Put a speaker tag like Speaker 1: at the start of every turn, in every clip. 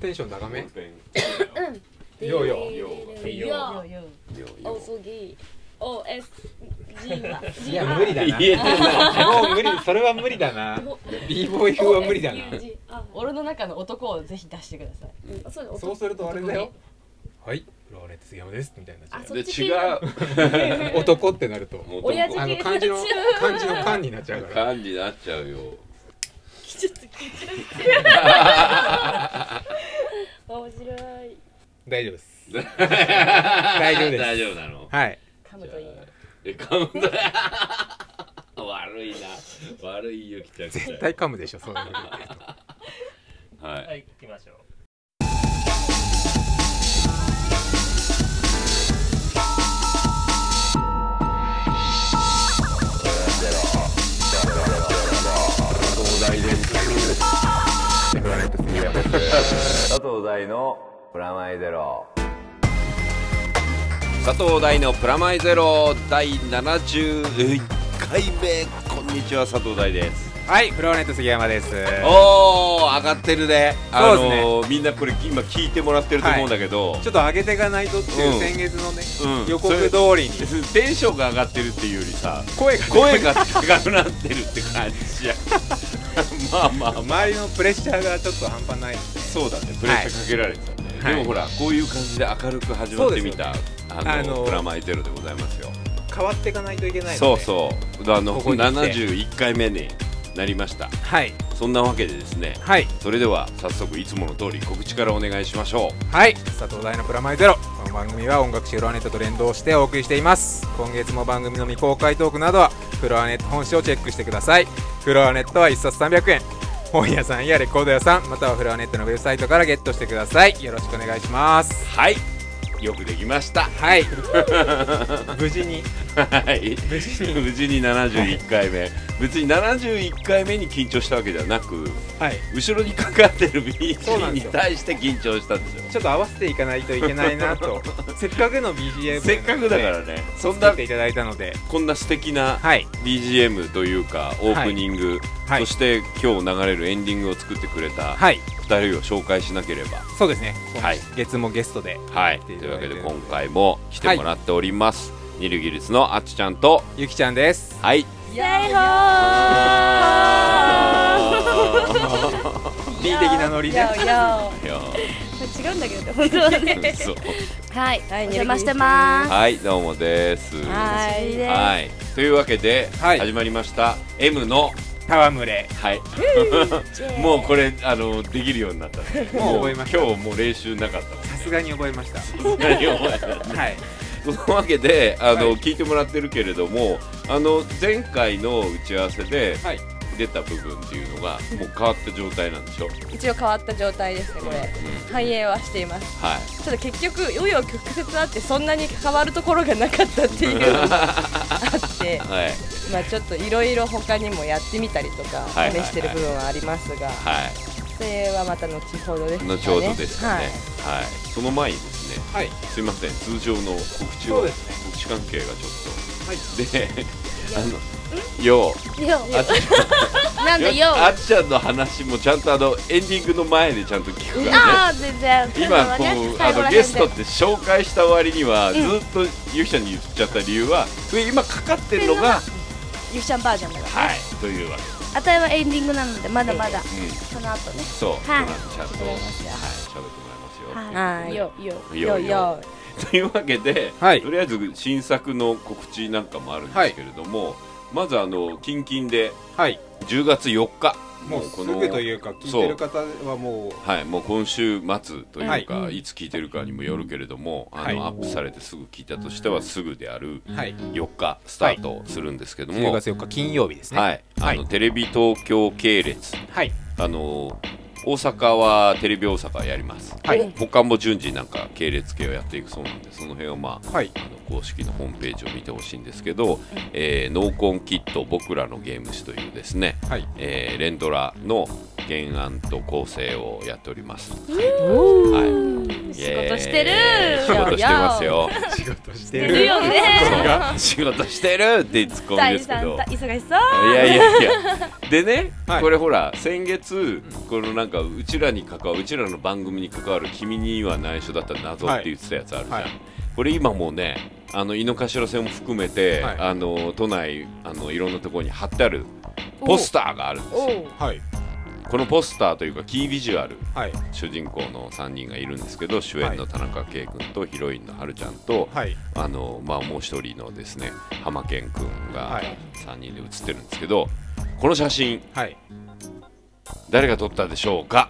Speaker 1: テンション高め
Speaker 2: うん。
Speaker 1: ようよ
Speaker 2: よう
Speaker 3: よ
Speaker 2: よ
Speaker 3: よ
Speaker 2: う。おそぎ。O S G は。
Speaker 1: いや無理だな
Speaker 4: 言えてない
Speaker 1: もう無理それは無理だな b ボーイ風は無理だな
Speaker 2: OSUG あ
Speaker 3: 俺の中の男をぜひ出してください。
Speaker 2: うんそうだね
Speaker 1: そうするとあれだよはいローレンツ山ですみたいな
Speaker 2: あ
Speaker 4: で
Speaker 2: そっち
Speaker 4: 違
Speaker 2: 系だ
Speaker 4: う
Speaker 1: 男ってなると
Speaker 4: もう
Speaker 2: 親父
Speaker 1: あの
Speaker 2: 系
Speaker 1: 漢字の
Speaker 2: になっ
Speaker 1: 漢字の漢になっちゃうから
Speaker 4: 感じになっちゃうよ
Speaker 2: ちょっと緊張してる面白い
Speaker 1: 大丈夫 です大丈夫です
Speaker 4: 大丈夫なの
Speaker 1: はい
Speaker 3: 噛むといいよ。
Speaker 4: えカウント 悪いな悪いゆきちゃん
Speaker 1: 絶対噛むでしょそういうの
Speaker 4: は
Speaker 5: はいい、行きましょう。
Speaker 4: 佐藤大のプラマイゼロ佐藤大のプラマイゼロ第71回目こんにちは佐藤大です
Speaker 1: はいフローレンツ杉山です
Speaker 4: おー上がってるねあ
Speaker 1: そう
Speaker 4: のみんなこれ今聞いてもらってると思うんだけど、
Speaker 1: ちょっと上げていかないとっていう
Speaker 4: うん
Speaker 1: 先月のね
Speaker 4: うん
Speaker 1: 予告通りに
Speaker 4: それテンションが上がってるっていうよりさ
Speaker 1: 声が
Speaker 4: 声が高くなってるって感じ やまあまあまあ
Speaker 1: 周りのプレッシャーがちょっと半端ない
Speaker 4: そうだねプレッシャーかけられてたね、
Speaker 1: はい
Speaker 4: でもほらこういう感じで明るく始まってみた、あの
Speaker 1: あの
Speaker 4: プラマイゼロでございますよ、
Speaker 1: 変わっていかないといけないので
Speaker 4: そうそうあの
Speaker 1: ここに来て
Speaker 4: 71回目になりました
Speaker 1: はい
Speaker 4: そんなわけでですね
Speaker 1: はい
Speaker 4: それでは早速いつもの通り告知からお願いしましょう
Speaker 1: はい佐藤大のプラマイゼロこの番組は音楽誌フロアネットと連動してお送りしています今月も番組の未公開トークなどはフロアネット本誌をチェックしてくださいフロアネットは1冊300円本屋さんやレコード屋さんまたはフロアネットのウェブサイトからゲットしてくださいよろしくお願いします
Speaker 4: はいよくできました
Speaker 1: はい 無事に
Speaker 4: はい無事に71回目別に71回目に緊張したわけではなく
Speaker 1: はい
Speaker 4: 後ろにかかってる b
Speaker 1: そうな
Speaker 4: g
Speaker 1: んで
Speaker 4: に
Speaker 1: すよ
Speaker 4: 対して緊張したんですよ
Speaker 1: ちょっと合わせていかないといけないな とせっかくの BGM
Speaker 4: せっかくだからねそん
Speaker 1: 作
Speaker 4: な
Speaker 1: っていただいたので
Speaker 4: こんな素敵な
Speaker 1: はい
Speaker 4: BGM というかオープニング、
Speaker 1: はい
Speaker 4: そして今日流れるエンディングを作ってくれた
Speaker 1: はい
Speaker 4: 2人を紹介しなければ
Speaker 1: そうですね
Speaker 4: はい、
Speaker 1: 月もゲストで
Speaker 4: はい、と
Speaker 1: 来てい
Speaker 4: い
Speaker 1: た
Speaker 4: う
Speaker 1: だ
Speaker 4: わ
Speaker 1: い
Speaker 4: け
Speaker 1: てる
Speaker 4: で今回も来てもらっております、ニルギリスのあっちちゃんと
Speaker 1: ゆきちゃんです
Speaker 4: はい
Speaker 2: 大砲
Speaker 1: リー的なノリで
Speaker 4: いや
Speaker 2: 違うんだけど本当はね
Speaker 4: ー嘘
Speaker 2: はいお邪魔してま
Speaker 4: はいどうもです
Speaker 2: すはい
Speaker 4: はいというわけで、
Speaker 1: はい
Speaker 4: 始まりました「M の」
Speaker 1: 戯れ
Speaker 4: はい、もうこれあのできるようになったね
Speaker 1: もう覚えました
Speaker 4: 今日もう練習なかったもん
Speaker 1: さすがに覚えました
Speaker 4: 何を覚えたの
Speaker 1: はい
Speaker 4: そのわけであの、
Speaker 1: はい
Speaker 4: 聞いてもらってるけれどもあの前回の打ち合わせで
Speaker 1: はい
Speaker 4: 出た部分っていうのがもう変わった状態なんでしょ、うん、
Speaker 6: 一応変わった状態ですねこれ反映はしています
Speaker 4: はい
Speaker 6: ただ結局紆余曲折あってそんなに変わるところがなかったってい うのがあって
Speaker 4: はい
Speaker 6: まあちょっといろいろ他にもやってみたりとか
Speaker 4: はいはい
Speaker 6: 試
Speaker 4: はい
Speaker 6: してる部分はありますが、
Speaker 4: はい
Speaker 6: それはまた後ほどですかね
Speaker 4: 後ほどですかね
Speaker 6: はい
Speaker 4: はい、その前にですね
Speaker 1: はい
Speaker 4: すいません通常の告知
Speaker 1: そ
Speaker 4: を、
Speaker 1: うですね
Speaker 4: 告知関係がちょ
Speaker 1: はい
Speaker 4: っとであのよう
Speaker 2: すよ
Speaker 4: あっち
Speaker 2: なんでよ
Speaker 4: あっちゃんの話もちゃんとあのエンディングの前でちゃんと聞くからね
Speaker 2: ああ全然
Speaker 4: 今こうあのゲストって紹介した割には、
Speaker 2: ん
Speaker 4: ずっとゆきちゃんに言っちゃった理由はそれ今かかってるのが
Speaker 2: ゆきちゃんバージョンだから
Speaker 4: はいというわけ
Speaker 2: あたいはエンディングなのでまだまだ
Speaker 4: うん
Speaker 2: その後ね
Speaker 4: そう、
Speaker 2: はい
Speaker 4: ちゃんとはい喋ってもらいますよ、
Speaker 6: はい
Speaker 2: よよ
Speaker 4: いよいよ
Speaker 6: よ
Speaker 4: というわけで、
Speaker 1: はい
Speaker 4: とりあえず新作の告知なんかもあるんですけれども、まずあの近々で
Speaker 1: はい
Speaker 4: 10月4日
Speaker 1: もうすぐというか聞いてる方はもう
Speaker 4: はい、もう今週末というか、、
Speaker 1: はい
Speaker 4: つ聞いてるかにもよるけれども、
Speaker 1: はい
Speaker 4: あのアップされてすぐ聞いたとしてはすぐである
Speaker 1: はい
Speaker 4: 4日スタートするんですけども、
Speaker 1: 10
Speaker 4: はい
Speaker 1: 月4日金曜日ですね
Speaker 4: あのテレビ東京系列
Speaker 1: はい
Speaker 4: あの大阪はテレビ大阪やります、
Speaker 1: はい
Speaker 4: 保管も順次なんか系列系をやっていくそうなんでその辺をまあ
Speaker 1: はい
Speaker 4: あの公式のホームページを見てほしいんですけど「えーノーコンキット僕らのゲーム誌」というですね、
Speaker 1: はい
Speaker 4: えーレンドラの原案と構成をやっております。
Speaker 6: お
Speaker 4: はい、
Speaker 6: 仕事してる
Speaker 4: イエーイ仕事してますよ
Speaker 1: 仕事し
Speaker 6: しててる
Speaker 1: る
Speaker 6: よね
Speaker 4: 仕事してるって突っ込むん
Speaker 6: 大
Speaker 4: ですけ
Speaker 6: さん
Speaker 4: ど
Speaker 6: た忙しそう
Speaker 4: いやいやいやでね、
Speaker 1: はい
Speaker 4: これほら先月このなんかうちらに関わるうちらの番組に関わる「君には内緒だった謎」って言ってたやつあるじゃん、
Speaker 1: はい
Speaker 4: これ今もうねあの井の頭線も含めて、
Speaker 1: はい
Speaker 4: あの都内あのいろんなところに貼ってあるポスターがあるんですよ
Speaker 6: お
Speaker 1: はい
Speaker 4: このポスターというかキービジュアル
Speaker 1: はい
Speaker 4: 主人公の3人がいるんですけど主演の田中圭君とヒロインの春ちゃんと、
Speaker 1: はい
Speaker 4: あのまあ、もう一人のですね浜健君
Speaker 1: は
Speaker 4: が
Speaker 1: い
Speaker 4: 3人で写ってるんですけど、この写真
Speaker 1: はい
Speaker 4: 誰が撮ったでしょうか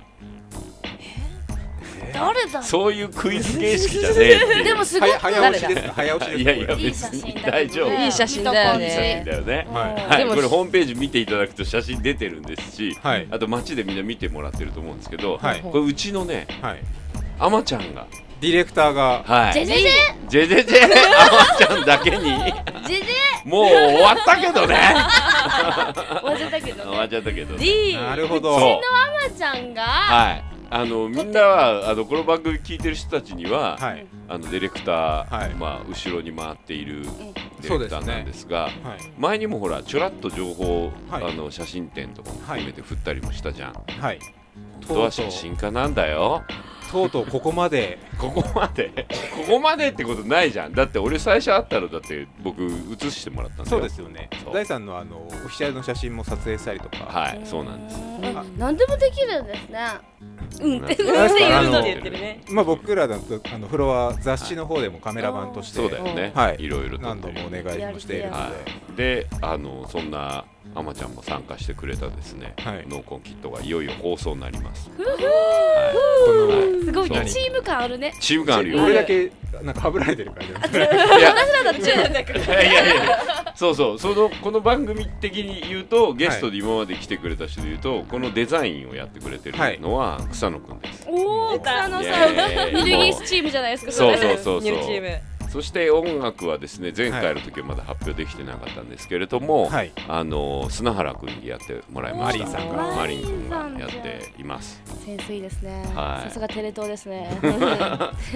Speaker 6: 誰だ
Speaker 4: そういうクイズ形式じゃねえっていう
Speaker 6: でもすごい
Speaker 1: 早早
Speaker 6: 誰
Speaker 1: 押し
Speaker 6: だ
Speaker 1: ですか早押し
Speaker 4: い
Speaker 1: で
Speaker 4: や
Speaker 1: す
Speaker 4: い
Speaker 1: かこれ
Speaker 4: や
Speaker 2: い
Speaker 4: 別
Speaker 2: い写
Speaker 4: に
Speaker 2: 真だけど
Speaker 4: 大丈夫
Speaker 6: いい写真だよ
Speaker 4: いい
Speaker 6: ね
Speaker 4: 写真だよね
Speaker 1: はい
Speaker 4: はい、
Speaker 6: でも
Speaker 4: これホームページ見ていただくと写真出てるんですし、
Speaker 1: はい
Speaker 4: あと街でみんな見てもらってると思うんですけど、
Speaker 1: はい
Speaker 4: これうちのね
Speaker 1: はい
Speaker 4: あまちゃんが、
Speaker 1: ディレクターが
Speaker 4: はい、
Speaker 6: ジェジェジ
Speaker 4: ジェジェジェあまちゃんだけに
Speaker 6: ェジェジ
Speaker 4: もう終わったけどね
Speaker 2: 終わっちゃったけど
Speaker 4: 終
Speaker 2: ね
Speaker 4: わっちゃったけど
Speaker 6: D
Speaker 1: なるほ
Speaker 4: そう
Speaker 1: ど
Speaker 2: あまちゃんが
Speaker 4: はいあのみんなはあのこの番組聞いてる人たちには、
Speaker 1: はい
Speaker 4: あのディレクター、
Speaker 1: はい
Speaker 4: まあ、後ろに回っているディ
Speaker 1: そう
Speaker 4: レ
Speaker 1: ですね
Speaker 4: クターなんですが、
Speaker 1: はい
Speaker 4: 前にもほらちょらっと情報、
Speaker 1: はい
Speaker 4: あの写真展とかも含めて振ったりもしたじゃん、
Speaker 1: はい
Speaker 4: 本当
Speaker 1: とう
Speaker 4: は
Speaker 1: と
Speaker 4: 写
Speaker 1: う
Speaker 4: 真家なんだよ
Speaker 1: とうとうここまで
Speaker 4: ここまで ここまでってことないじゃんだって俺最初会ったらだって僕写してもらったんだよ
Speaker 1: そうですよね
Speaker 4: そう
Speaker 1: 第三のあのオフィシャルの写真も撮影したりとか
Speaker 4: はいそうなんです
Speaker 1: あ
Speaker 5: 何でもできるんですね。
Speaker 4: うん
Speaker 6: っ
Speaker 1: あれ
Speaker 6: て
Speaker 1: ですかあ
Speaker 3: うん
Speaker 1: の
Speaker 3: って言ってるね
Speaker 1: まあ僕らだとあのフロア雑誌の方でもカメラマンとして
Speaker 4: そうだよね、
Speaker 1: はい
Speaker 4: い、ろいろと
Speaker 1: 何度もお願いもしているので
Speaker 4: は
Speaker 1: はい
Speaker 4: い、であのそんなあまちゃんも参加してくれたですね、
Speaker 1: はい
Speaker 4: ノーコンキットがいよいよ放送になります、
Speaker 1: こ
Speaker 4: は
Speaker 6: すごい
Speaker 4: そう
Speaker 6: ねチーム感あるね
Speaker 4: い、チーム感あるよ
Speaker 1: の俺だけなんかはぶられてる感じなんですね
Speaker 4: いや
Speaker 6: ただチームだ
Speaker 4: いやいやいやそうそうそのこの番組的に言うとゲストで今まで来てくれた人で言うと、このデザインをやってくれてるのは草野くんです、
Speaker 6: おお草野
Speaker 4: イ
Speaker 6: さん
Speaker 4: エーイ
Speaker 6: ミルギースチームじゃないですか
Speaker 4: そう
Speaker 6: れ
Speaker 4: そうそうそう
Speaker 3: ニューチーム
Speaker 4: そして音楽はですね前回の時はまだ発表できてなかったんですけれども、
Speaker 1: はい
Speaker 4: あの砂原くんにやってもらいました
Speaker 1: マリンさん
Speaker 5: が
Speaker 4: マリンくんがやっています
Speaker 5: センスいいですね。
Speaker 4: はい
Speaker 5: さすがテレ東ですね。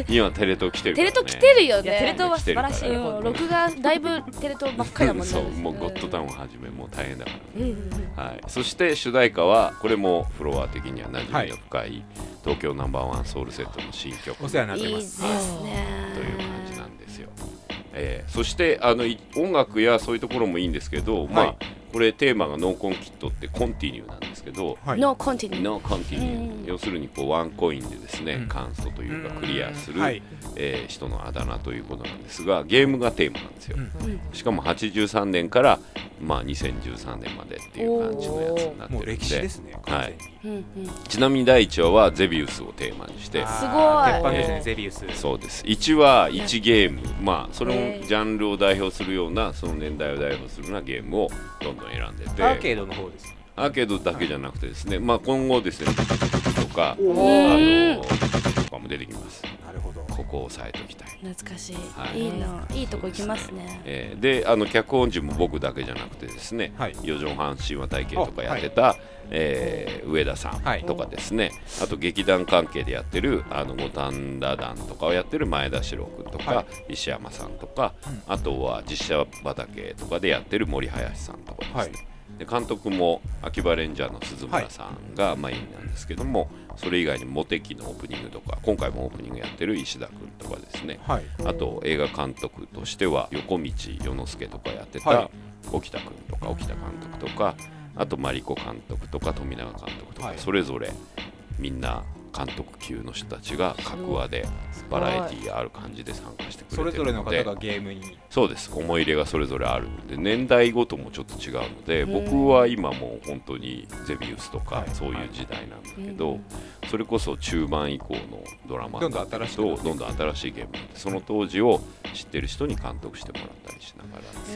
Speaker 4: 今テレ東来てるから、
Speaker 5: テレ
Speaker 4: ね、
Speaker 5: 東来てるよ
Speaker 3: いやテレ
Speaker 5: ね。
Speaker 3: 東は素晴らしい
Speaker 5: うん
Speaker 3: 本当に
Speaker 5: 録画だいぶテレ東ばっかりだもん ね。
Speaker 4: そうもうゴッドタウンをはじめもう大変だから
Speaker 5: うんうん
Speaker 4: はい、そして主題歌はこれもフロア的には馴染みの深い、東京ナンバーワンソウルセットの新曲
Speaker 1: お世話になっ
Speaker 5: い
Speaker 1: て
Speaker 5: い
Speaker 1: ま
Speaker 5: ですすね。
Speaker 4: という感じなんですよ。えーそしてあのい音楽やそういうところもいいんですけど、ま
Speaker 1: は
Speaker 4: あこれテーマが「ノーコンキット」って「コンティニュー」なんですけど
Speaker 1: はい
Speaker 5: のコンティ
Speaker 4: 「
Speaker 5: ニュー。
Speaker 4: ノーコンティニュー」
Speaker 5: うん
Speaker 4: 要するにこうワンコインでですね、
Speaker 1: うん
Speaker 4: カンストというかクリアする、
Speaker 1: はい
Speaker 4: えー人のあだ名ということなんですがゲームがテーマなんですよ。
Speaker 1: うん
Speaker 4: しかも83年から、まあ、2013年までっていう感じのやつになってるんで
Speaker 1: もう歴史ですね完全に
Speaker 5: うんうん
Speaker 4: ちなみに第1話はゼビウスをテーマにして
Speaker 1: あー
Speaker 5: すごい
Speaker 1: 鉄板ですねゼビウス
Speaker 4: そうです1話1ゲームまあそれもジャンルを代表するようなその年代を代表するようなゲームをどんどん選んでて
Speaker 1: アーケードの方です
Speaker 4: アーケードだけじゃなくてですね、まあ今後ですねとかあ
Speaker 5: ー
Speaker 4: のとかも出てきます
Speaker 1: なるほど
Speaker 4: ここを押さえておきたい、
Speaker 5: 懐かし
Speaker 4: はい
Speaker 5: い。いいな。いいとこ行きますね。
Speaker 4: えーであの脚本陣も僕だけじゃなくてですね、
Speaker 1: はい
Speaker 4: 四畳半神話体系とかやってた、えー上田さ
Speaker 1: はい
Speaker 4: んとかですね、あと劇団関係でやってるあの五反田団とかをやってる前田史郎君とか、
Speaker 1: は
Speaker 4: 石山さんとか、あとは実写畑とかでやってる森林さんとかですね、
Speaker 1: はい
Speaker 4: で監督も秋葉レンジャーの鈴村さんがメインなんですけども、それ以外にモテキのオープニングとか今回もオープニングやってる石田君とかですね、
Speaker 1: はい
Speaker 4: あと映画監督としては横道世之助とかやって
Speaker 1: は
Speaker 4: た沖田君とか沖田監督とかあとマリコ監督とか富永監督と
Speaker 1: は
Speaker 4: か
Speaker 1: い
Speaker 4: それぞれみんな監督級の人たちが各話でバラエティーある感じで参加してく
Speaker 1: それ
Speaker 4: れて
Speaker 1: ぞれ
Speaker 4: る
Speaker 1: の
Speaker 4: の
Speaker 1: 方
Speaker 4: で
Speaker 1: がゲームに
Speaker 4: そうです思い入れがそれぞれあるので年代ごともちょっと違うので僕は今もう本当にゼビウスと
Speaker 1: は
Speaker 4: か
Speaker 1: い
Speaker 4: そういう時代なんだけどそれこそ中盤以降のドラマ
Speaker 1: どんどん新しくな
Speaker 4: と
Speaker 1: って
Speaker 4: どんどん新しいゲームになってその当時を知ってる人に監督してもらったりしな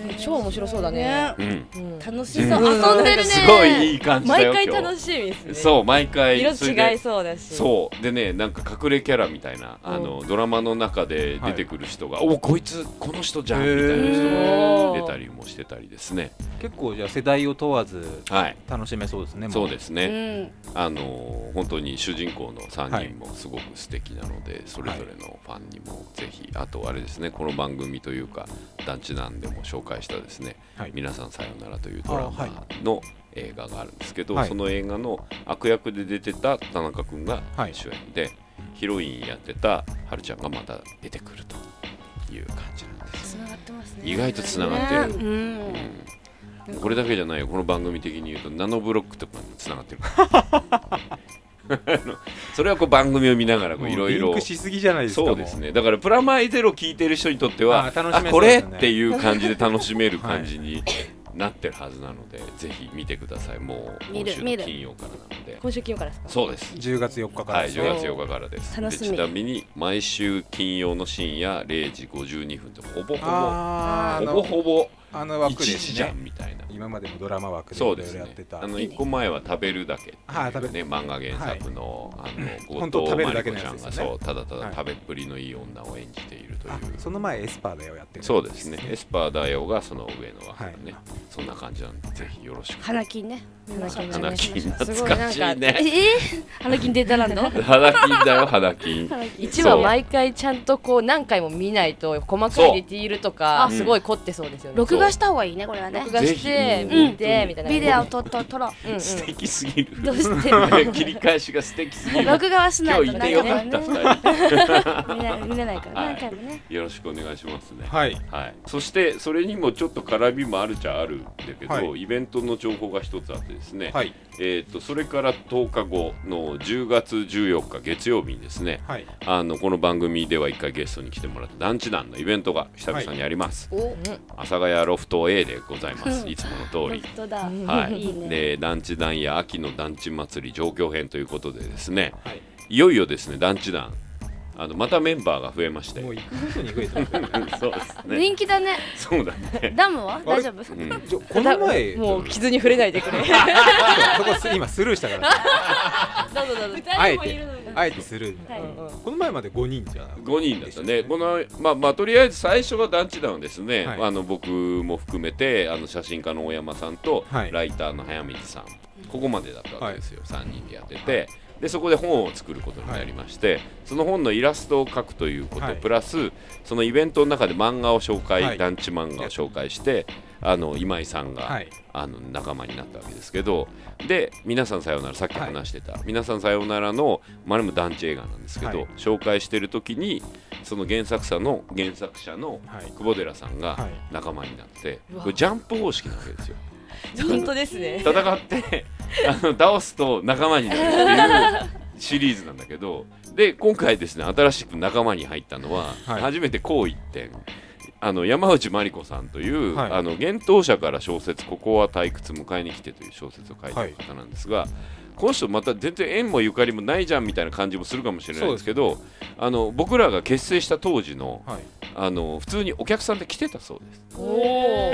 Speaker 4: が
Speaker 3: 超面白そうだね
Speaker 4: ら、うん、
Speaker 3: うん
Speaker 5: 楽しそう。遊んでるね。
Speaker 4: すごいいい感じだ
Speaker 3: 毎
Speaker 4: よ
Speaker 3: 回
Speaker 4: 今
Speaker 3: 楽
Speaker 4: 日
Speaker 3: しみですね
Speaker 4: そう毎回
Speaker 3: 色
Speaker 4: それで
Speaker 3: 違いそうだし
Speaker 4: そうそうでねなんか隠れキャラみたいなあのドラマの中で出てくる人が「おこいつこの人じゃん」みたいな人
Speaker 6: お
Speaker 4: が
Speaker 6: ー
Speaker 4: 出たりもしてたりですね
Speaker 7: 結構じゃあ世代を問わず
Speaker 4: はい
Speaker 7: 楽しめそうですね。
Speaker 4: そう
Speaker 7: す。
Speaker 4: です
Speaker 5: う
Speaker 4: ね
Speaker 5: ん。
Speaker 4: あのー本当に主人公の3人もすごく素敵なのでそれぞれのファンにもぜひあとあれですねこの番組というか団地なんでも紹介したですね
Speaker 1: はい
Speaker 4: 「皆さんさようなら」というドラ
Speaker 1: あはい
Speaker 4: マの映画があるんですけど、
Speaker 1: はい
Speaker 4: その映画の悪役で出てた田中君が
Speaker 1: はい
Speaker 4: 主演で、ヒロインやってたはるちゃんがまた出てくるという感じなんです
Speaker 5: つながってますね。
Speaker 4: 意外とつながってる、
Speaker 5: ねうん。
Speaker 4: うんこれだけじゃないよこの番組的に言うとナノブロックとかにもつながってるあのそれはこう番組を見ながらこういろい
Speaker 1: リン
Speaker 4: ろ
Speaker 1: クしすぎじゃないですか
Speaker 4: そうです
Speaker 1: も
Speaker 4: ねだからプラマイゼロ聞いてる人にとっては
Speaker 1: あ
Speaker 4: あ,、
Speaker 1: ー楽しめそ
Speaker 4: こ
Speaker 1: うで
Speaker 4: れ
Speaker 1: すね
Speaker 4: っていう感じで楽しめる感じになってるはずなので、ぜひ見てくださいもう
Speaker 5: 見
Speaker 4: 今
Speaker 5: る
Speaker 4: 週の
Speaker 5: 見る
Speaker 4: 金曜からなので
Speaker 6: 今週金曜からですか
Speaker 4: そうです
Speaker 1: う10月4日から
Speaker 4: はい、
Speaker 1: です
Speaker 4: 10月8日からです。で
Speaker 5: 楽しみ
Speaker 4: ちなみに毎週金曜の深夜0時52分とほぼほぼ
Speaker 1: あーあ
Speaker 4: ほぼ
Speaker 1: の
Speaker 4: ほぼ
Speaker 1: あの
Speaker 4: 1
Speaker 1: 枠で
Speaker 4: 時
Speaker 1: す
Speaker 4: じゃ
Speaker 1: ね
Speaker 4: んみたいな。
Speaker 1: 今までもドラマ枠でい
Speaker 4: そ
Speaker 1: ろ
Speaker 4: うで
Speaker 1: い
Speaker 4: す
Speaker 1: ろやっ
Speaker 4: ね
Speaker 1: て。た
Speaker 4: あの一個前は食べるだけっていう
Speaker 1: はい食べ
Speaker 4: ね漫画原作のあの
Speaker 1: 本当
Speaker 4: 後藤
Speaker 1: 食べ
Speaker 4: 真
Speaker 1: るだ
Speaker 4: 理
Speaker 1: け
Speaker 4: 子
Speaker 1: の
Speaker 4: ち
Speaker 1: や
Speaker 4: ゃ
Speaker 1: つ
Speaker 4: ん
Speaker 1: ですよね
Speaker 4: がそうただた
Speaker 1: は
Speaker 4: だ
Speaker 1: い
Speaker 4: 食べっぷりのいい女を演じているという
Speaker 1: あ。その前エスパーだよやってる
Speaker 4: そうですね。エスパーだよがその上の枠ね
Speaker 1: は。
Speaker 4: そんな感じなんでぜひよろしく。
Speaker 5: 花金ね。花金
Speaker 3: 金
Speaker 4: 花金懐
Speaker 3: すごい
Speaker 4: かしいね。
Speaker 5: えー花金データラン ド
Speaker 4: 花金だよ花金。
Speaker 6: 一話毎回ちゃんとこう何回も見ないと細かいディティールとか
Speaker 4: そう
Speaker 6: すごい凝ってそうですよね。
Speaker 5: 録画した方がいいね、これはね
Speaker 6: 録。画して
Speaker 4: ぜひ
Speaker 6: 見てみたいな。
Speaker 5: ビデオを撮っと撮ろう。
Speaker 6: うんうん
Speaker 4: 素敵すぎる。
Speaker 5: どうして
Speaker 4: 切り返しが素敵す ぎる。
Speaker 5: 録画はしな
Speaker 4: 今
Speaker 5: い
Speaker 4: 日
Speaker 5: と
Speaker 4: い
Speaker 5: な
Speaker 4: て
Speaker 5: ん
Speaker 4: よ
Speaker 5: か
Speaker 4: かっ
Speaker 5: ね
Speaker 4: た二人。
Speaker 5: 見れない見れないから、
Speaker 4: はい
Speaker 5: 何回もね。
Speaker 4: よろしくお願いしますね。
Speaker 1: はい
Speaker 4: はい。そしてそれにもちょっと絡みもあるっちゃあるんだけど、
Speaker 1: はい
Speaker 4: イベントの情報が一つあってですね。
Speaker 1: はい
Speaker 4: えっ、とそれから10日後の10月14日月曜日にですね。
Speaker 1: はい
Speaker 4: あのこの番組では一回ゲストに来てもらった団地団のイベントが久々にあります。阿佐ヶ谷ロフト A でござい ます。いつもの通り
Speaker 5: 本。当だ。
Speaker 4: はい、
Speaker 5: いいね
Speaker 4: で団地団や秋の団地祭り上京編ということでですね、
Speaker 1: はい
Speaker 4: い、よいよですね団地団あのまたメンバーが増えまして
Speaker 1: もう行くことに増えてる
Speaker 4: そうですね
Speaker 5: 人気だね。
Speaker 4: そうだね、
Speaker 5: ダムは
Speaker 1: あれ
Speaker 5: 大丈夫
Speaker 4: うん、
Speaker 1: ちょこの前
Speaker 6: もう傷に触れないでくれ。
Speaker 1: そこす今スルーしたから
Speaker 6: どうぞどうぞ。
Speaker 1: あえてあえてスルー、
Speaker 5: はい
Speaker 1: うんこの前まで5人じゃな
Speaker 4: 5人だった
Speaker 1: で
Speaker 4: ね
Speaker 1: したね
Speaker 4: このまあまあとりあえず最初は団地団はですね、
Speaker 1: はい
Speaker 4: あの僕も含めてあの写真家の大山さんと、
Speaker 1: はい
Speaker 4: ライターの早水さんここまでだったわけですよ、3人でやってて、でそこで本を作ることになりまして、その本のイラストを描くということ、
Speaker 1: はい
Speaker 4: プラスそのイベントの中で漫画を紹介、
Speaker 1: はい
Speaker 4: 団地漫画を紹介してあの今井さんが、
Speaker 1: はい
Speaker 4: あの仲間になったわけですけどで「皆さんさようなら」さっき話してた「皆さんさようならの」まああれも団地映画なんですけど、
Speaker 1: はい
Speaker 4: 紹介してる時にその原作者の原作者の
Speaker 1: はい
Speaker 4: 久保寺さんが
Speaker 1: はい
Speaker 4: 仲間になって、
Speaker 6: うわ
Speaker 4: これジャンプ方式なわけですよ。
Speaker 6: 本当ですね。
Speaker 4: 戦ってあの倒すと仲間になるっていうシリーズなんだけどで今回ですね新しく仲間に入ったのは、
Speaker 1: はい
Speaker 4: 初めてこう一点あの山内真理子さんという、
Speaker 1: はい
Speaker 4: あの厳冬者から小説「ここは退屈迎えに来て」という小説を書いてる方なんですが、この人また全然縁もゆかりもないじゃんみたいな感じもするかもしれないんですけどあの僕らが結成した当時の
Speaker 1: はい
Speaker 4: あの普通にお客さんで来てたそうです
Speaker 6: おお。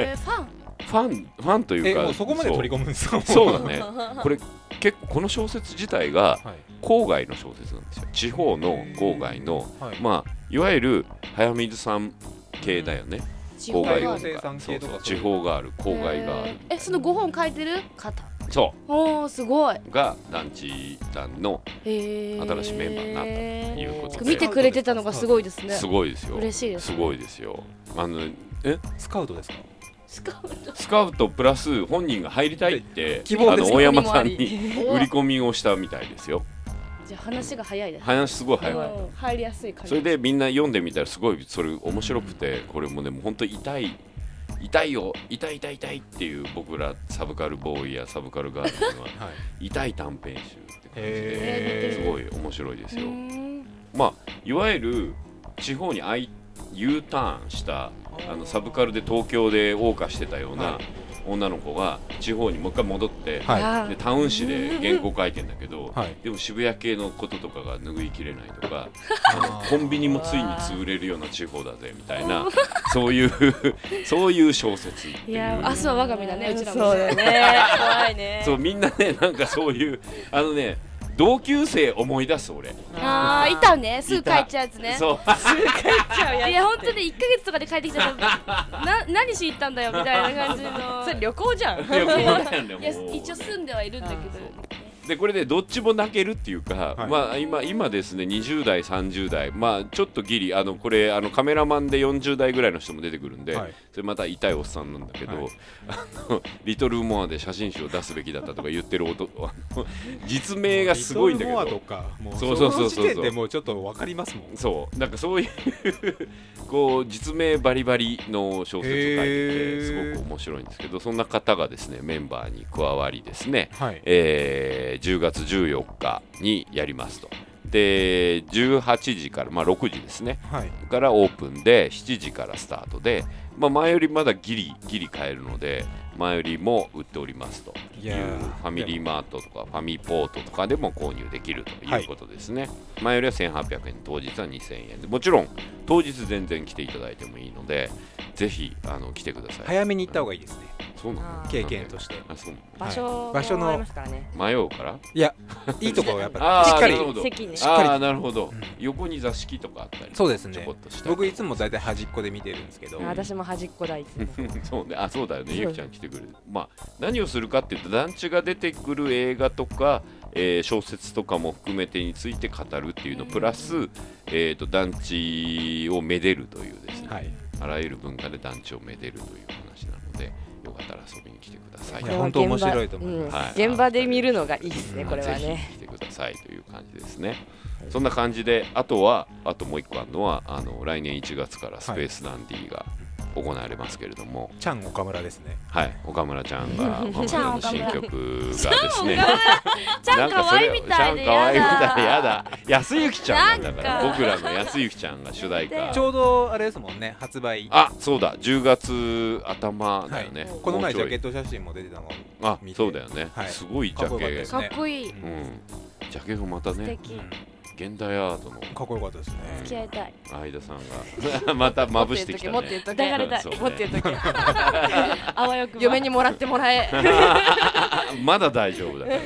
Speaker 5: えーファン
Speaker 4: ファンファンとい
Speaker 1: え
Speaker 4: うか
Speaker 1: もうそこまで取り込むんですか
Speaker 4: そう
Speaker 1: う
Speaker 4: だね。これ結構この小説自体が
Speaker 1: はい
Speaker 4: 郊外の小説なんですよ。地方の郊外の
Speaker 1: はい
Speaker 4: まあいわゆる早水さん系だよね。郊外
Speaker 1: があ
Speaker 4: 音
Speaker 1: る
Speaker 4: 楽そうそう
Speaker 1: 地
Speaker 4: 地
Speaker 1: 方
Speaker 4: 方がある郊外がある
Speaker 5: えー。え、その5本書いてる方。
Speaker 4: そ
Speaker 5: おー、すごい。
Speaker 4: うが団地団の
Speaker 5: へー
Speaker 4: 新しいメンバーになったということで
Speaker 5: 見てくれてたのがすごいですね
Speaker 4: すごいですよ。
Speaker 5: 嬉しいです
Speaker 4: すごいですよ。あのえ
Speaker 1: スカウトですか
Speaker 4: スカウトプラス本人が入りたいって
Speaker 1: 希望
Speaker 4: あ
Speaker 1: で
Speaker 4: の
Speaker 1: す
Speaker 4: 大山さんに
Speaker 5: お
Speaker 4: 売り込みをしたみたいですよ。
Speaker 5: じゃあ話が早いです
Speaker 4: 話すごい早かった。
Speaker 5: うん入りやすい感
Speaker 4: それでみんな読んでみたらすごいそれ面白くてこれもねもう本当痛い痛いよ痛い痛い痛いっていう僕らサブカルボーイやサブカルガールズには
Speaker 1: はい
Speaker 4: 痛い短編集って感じ
Speaker 1: へ
Speaker 4: で
Speaker 1: ー
Speaker 4: すごい面白いですよ
Speaker 5: う。ーん
Speaker 4: まあいわゆる地方に I- U ターンしたあのサブカルで東京で謳歌してたような
Speaker 1: は
Speaker 4: 女の子が地方にもう一回戻って、
Speaker 1: はい
Speaker 5: あー
Speaker 4: でタウン誌で原稿書いてんだけど、
Speaker 1: はい
Speaker 4: でも渋谷系のこととかが拭いきれないとかあのコンビニもついに潰れるような地方だぜみたいなそういうそういう小説って
Speaker 5: い
Speaker 4: い
Speaker 5: やー
Speaker 4: う
Speaker 5: 明日 は我が身だねうちらも
Speaker 6: そうだね。怖いね。
Speaker 4: そうみんなねなんかそういうあのね同級生思い出す俺
Speaker 2: あーいたねすぐ帰っちゃうやつね
Speaker 4: そう
Speaker 2: いや本当に一ヶ月とかで帰って きちゃったな何しに行ったんだよみたいな感じの
Speaker 6: それ旅行じゃん。
Speaker 4: 旅行なんだよ
Speaker 2: いや
Speaker 4: もう
Speaker 2: 一応住んではいるんだけど
Speaker 4: でこれでどっちも泣けるっていうか、
Speaker 1: はい
Speaker 4: まあ今今ですね20代30代まあちょっとギリあのこれあのカメラマンで40代ぐらいの人も出てくるんで、
Speaker 1: はい
Speaker 4: それまた痛いおっさんなんだけど、
Speaker 1: はい
Speaker 4: あのリトルモアで写真集を出すべきだったとか言ってる音あの実名がすごいんだけ
Speaker 1: リトルモアと
Speaker 4: ど
Speaker 1: かもう
Speaker 4: そうそうそうそう
Speaker 1: の時点でもうちょっとわかりますもん
Speaker 4: そうなんかそういう こう実名バリバリの小説を書
Speaker 1: へ
Speaker 4: いて
Speaker 1: ー
Speaker 4: てすごく面白いんですけどそんな方がですねメンバーに加わりですね
Speaker 1: はい
Speaker 4: えー10月14日にやりますと。で18時から、まあ、6時ですね
Speaker 1: はい
Speaker 4: からオープンで7時からスタートで、まあ、前よりまだギリギリ買えるので前よりも売っておりますと
Speaker 1: い
Speaker 4: いう
Speaker 1: やー
Speaker 4: ファミリーマートとかファミポートとかでも購入できるということですね、前よりは1800円当日は2000円でもちろん当日全然来ていただいてもいいのでぜひあの来てください
Speaker 1: 早めに行った方がいいですね
Speaker 4: そうなの
Speaker 3: あー
Speaker 1: 経験として
Speaker 4: あそうな
Speaker 3: 場所
Speaker 1: 場所の
Speaker 3: もありますからね。
Speaker 4: の迷うから
Speaker 1: いいとこをやっぱ
Speaker 4: あ
Speaker 1: りしっかり
Speaker 4: ーなるほど
Speaker 3: 席ね。
Speaker 1: っかり
Speaker 4: ああーなるほど、
Speaker 1: うん
Speaker 4: 横に座敷とかあったり
Speaker 1: そうですね
Speaker 4: ちょこっとした
Speaker 1: 僕いつも大体端っこで見てるんですけど
Speaker 4: うん
Speaker 1: は
Speaker 3: 私も端っこだいつも。
Speaker 4: そうねあそうだよね
Speaker 3: そう
Speaker 4: ゆきちゃん来てくれるまあ何をするかっていうと団地が出てくる映画とか、えー小説とかも含めてについて語るっていうのプラス、えー、と団地をめでるというですね、
Speaker 1: い
Speaker 4: あらゆる文化で団地をめでるという話なのでよかったら遊びに来てください
Speaker 1: いや本当面白いと思い
Speaker 3: うん
Speaker 4: はい
Speaker 3: 現場で見るのがいいですね、これは
Speaker 4: ぜ
Speaker 3: ね。
Speaker 4: ひ来てくださいという感じですね。そんな感じで、あとは、あともう一個あるのは、あの来年1月からスペースダンディが行われますけれども、
Speaker 1: ちゃん岡村ですね
Speaker 4: はい、岡村ちゃん が、岡村ちゃんの新曲がです ね、
Speaker 2: ちゃん
Speaker 4: か
Speaker 2: 可愛いみたいで
Speaker 4: ちゃん可愛いみ
Speaker 2: や
Speaker 4: たいでや
Speaker 2: だ
Speaker 4: だ、安幸ちゃんなんだから、
Speaker 2: なんか
Speaker 4: 僕らの安幸ちゃんが主題歌
Speaker 1: ち。ょうどあれですもんね発売
Speaker 4: あ、そうだ、10月頭だよね。
Speaker 1: はいこの前ジ
Speaker 4: もうちょ
Speaker 1: ャ
Speaker 4: い
Speaker 1: ケット写真も出てたの
Speaker 4: あ
Speaker 1: 見、て
Speaker 4: そうだよね、
Speaker 1: はい
Speaker 4: すごいジ
Speaker 1: かっ
Speaker 4: ャ
Speaker 1: こよかった
Speaker 4: ケ
Speaker 1: で
Speaker 4: ッ
Speaker 1: す
Speaker 4: ト。
Speaker 2: か
Speaker 1: ね
Speaker 2: っこい
Speaker 4: う
Speaker 2: い
Speaker 4: ん、ジャケットまた
Speaker 2: 素
Speaker 4: ね、
Speaker 2: 敵
Speaker 4: 現代アートの
Speaker 1: かっこよかったですね
Speaker 2: 付き合 いたい
Speaker 4: 相田さんが またまぶしてきた
Speaker 6: 持って
Speaker 4: ね
Speaker 6: 言っとけ。
Speaker 2: 抱かれたい
Speaker 4: そうね
Speaker 6: 持って言っとけ。
Speaker 2: あわよくば
Speaker 6: 嫁にもらってもらえ。
Speaker 4: まだ大丈夫だね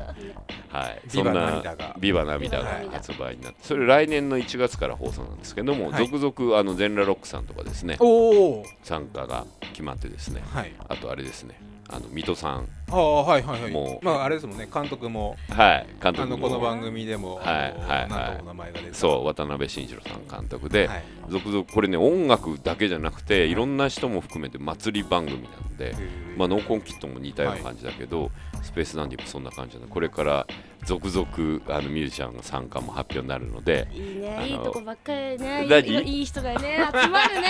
Speaker 4: はい
Speaker 1: ビ
Speaker 4: そん
Speaker 1: バ
Speaker 4: な
Speaker 1: 涙が
Speaker 4: ビバ涙
Speaker 1: はい
Speaker 4: が発売になってそれ来年の1月から放送なんですけども、
Speaker 1: はい
Speaker 4: 続々あの全裸ロックさんとかですね
Speaker 1: おお
Speaker 4: 参加が決まってですね
Speaker 1: はい
Speaker 4: あとあれですねあの水戸さん
Speaker 1: ああはいはいはい
Speaker 4: もう
Speaker 1: まああれですもんね監督も
Speaker 4: はい監
Speaker 1: あ
Speaker 4: 督
Speaker 1: のこの
Speaker 4: も
Speaker 1: 番組でも
Speaker 4: はい
Speaker 1: あ
Speaker 4: はい
Speaker 1: のなんとお名前が出て
Speaker 4: そう渡辺慎一郎さん監督で、
Speaker 1: はい
Speaker 4: 続々これね音楽だけじゃなくていろんな人も含めて祭り番組なんで、まあ、ノーコンキットも似たような感じだけど、スペースダンディもそんな感じなのでこれから続々あのミュージシャンの参加も発表になるので
Speaker 2: いい
Speaker 4: あの
Speaker 2: ねいいとこばっかりね
Speaker 4: 何
Speaker 2: いいいい人がね集 まるね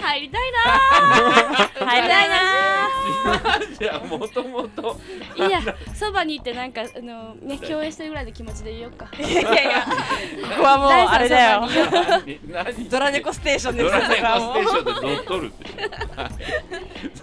Speaker 2: 入りたいなー入りたいな
Speaker 4: じゃあもともと
Speaker 2: ーいやそばにいてなんかあのね共演してるぐらいの気持ちでいようか
Speaker 6: いやいやいや。 ここはもうあれだよ。
Speaker 4: 何
Speaker 6: ドラネコステーションで
Speaker 4: ド
Speaker 6: す。
Speaker 4: ラネコステ
Speaker 6: ここはもう
Speaker 4: ー ションで乗っ取るってしょ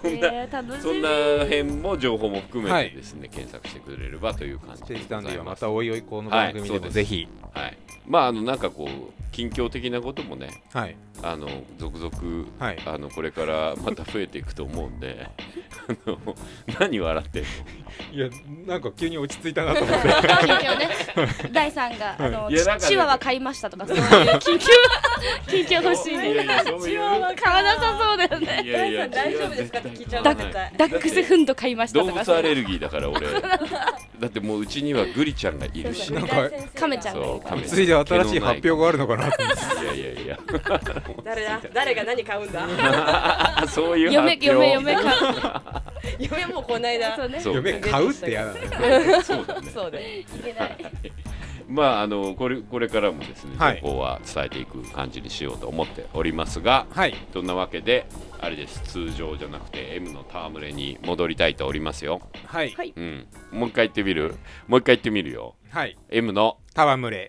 Speaker 4: そんな、
Speaker 2: えー楽 し
Speaker 4: そん
Speaker 2: み
Speaker 4: な辺も情報も含めてですね、検索してくれればという感じ
Speaker 1: ステ
Speaker 4: で
Speaker 1: ー
Speaker 4: ご
Speaker 1: ジダンディ
Speaker 4: ざい
Speaker 1: は
Speaker 4: ま
Speaker 1: ますたおいおいこの番組で
Speaker 4: はいそうで
Speaker 1: も
Speaker 4: す
Speaker 1: ぜひ
Speaker 4: はい、まああのなんかこう近況的なこともね
Speaker 1: はい
Speaker 4: あの続々
Speaker 1: はい
Speaker 4: あのこれからまた増えていくと思うんであの何笑ってんの
Speaker 1: いやなんか急に落ち着いたなと思って
Speaker 2: 近況ね大さんがあの
Speaker 4: いやなんかね
Speaker 2: チワワ買いました とかそういう緊急緊急欲しい
Speaker 4: いやいやそういう
Speaker 2: 買わなさそうだよね
Speaker 4: いやいや
Speaker 6: 大丈夫ですかって聞いちゃう
Speaker 4: ダ
Speaker 6: の
Speaker 4: ッ
Speaker 6: 絶対。
Speaker 2: ダックスフンド買いました
Speaker 4: 動
Speaker 2: とか
Speaker 4: 物アレルギーだから俺 だってもううちにはグリちゃんがいるし
Speaker 1: なんか
Speaker 2: カメ ちゃんが
Speaker 4: そうカメ
Speaker 1: ついで新しい発表があるのかなと思って
Speaker 4: いやいやいや
Speaker 6: 誰だ誰が何買うんだ
Speaker 4: あそういう発
Speaker 2: 嫁
Speaker 4: 表
Speaker 2: 嫁嫁買う
Speaker 6: 嫁もこないだ
Speaker 2: そうね
Speaker 4: そう
Speaker 1: 嫁
Speaker 4: ね
Speaker 1: 買うって嫌だね
Speaker 4: そうだね
Speaker 6: そうだ ね
Speaker 2: いけない
Speaker 4: まああのこれこれからもですね
Speaker 1: はい
Speaker 4: 情報は伝えていく感じにしようと思っておりますが
Speaker 1: はい
Speaker 4: そんなわけであれです通常じゃなくて M の戯れに戻りたいとおりますよ
Speaker 1: はい
Speaker 2: はい
Speaker 4: うんもう一回言ってみるもう一回言ってみるよ
Speaker 1: はい
Speaker 4: M の
Speaker 1: 戯れ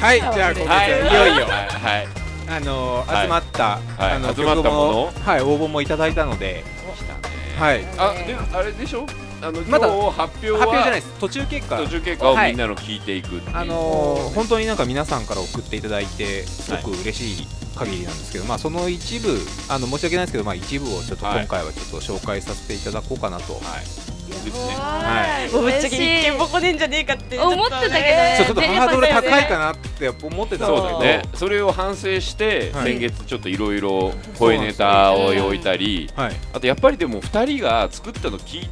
Speaker 1: はいじゃあ今月
Speaker 4: はい
Speaker 1: いよいよ
Speaker 4: はい
Speaker 1: あの
Speaker 4: はい
Speaker 1: 集まった
Speaker 4: い
Speaker 1: あの
Speaker 4: 集まった
Speaker 1: 曲
Speaker 4: もの
Speaker 1: はい応募もいただいたのではい
Speaker 4: あであれでしょあの
Speaker 1: まだ
Speaker 4: 今日発表は
Speaker 1: 発表じゃないです途中結果
Speaker 4: 途中結果を
Speaker 1: はい
Speaker 4: みんなの聞いていくっていう
Speaker 1: あのー本当になんか皆さんから送っていただいてすごく嬉しい限りなんですけど、まあその一部あの申し訳ないですけどまあ一部をちょっと
Speaker 4: はい
Speaker 1: 今回はちょっと紹介させていただこうかなと
Speaker 4: ですね
Speaker 1: はい
Speaker 3: もうぶっちゃ
Speaker 2: 嬉しい
Speaker 3: け一見ボコねんじゃねえかって
Speaker 2: 思ってたけどね
Speaker 1: ちょっとハードル高いかなって思ってたん
Speaker 4: そう
Speaker 1: だ
Speaker 4: だ
Speaker 1: け
Speaker 4: よ
Speaker 1: ど
Speaker 4: ねそれを反省して
Speaker 1: はい
Speaker 4: 先月ちょっといろいろ声ネタを用いたり
Speaker 1: はい、
Speaker 4: あとやっぱりでも2人が作ったの聞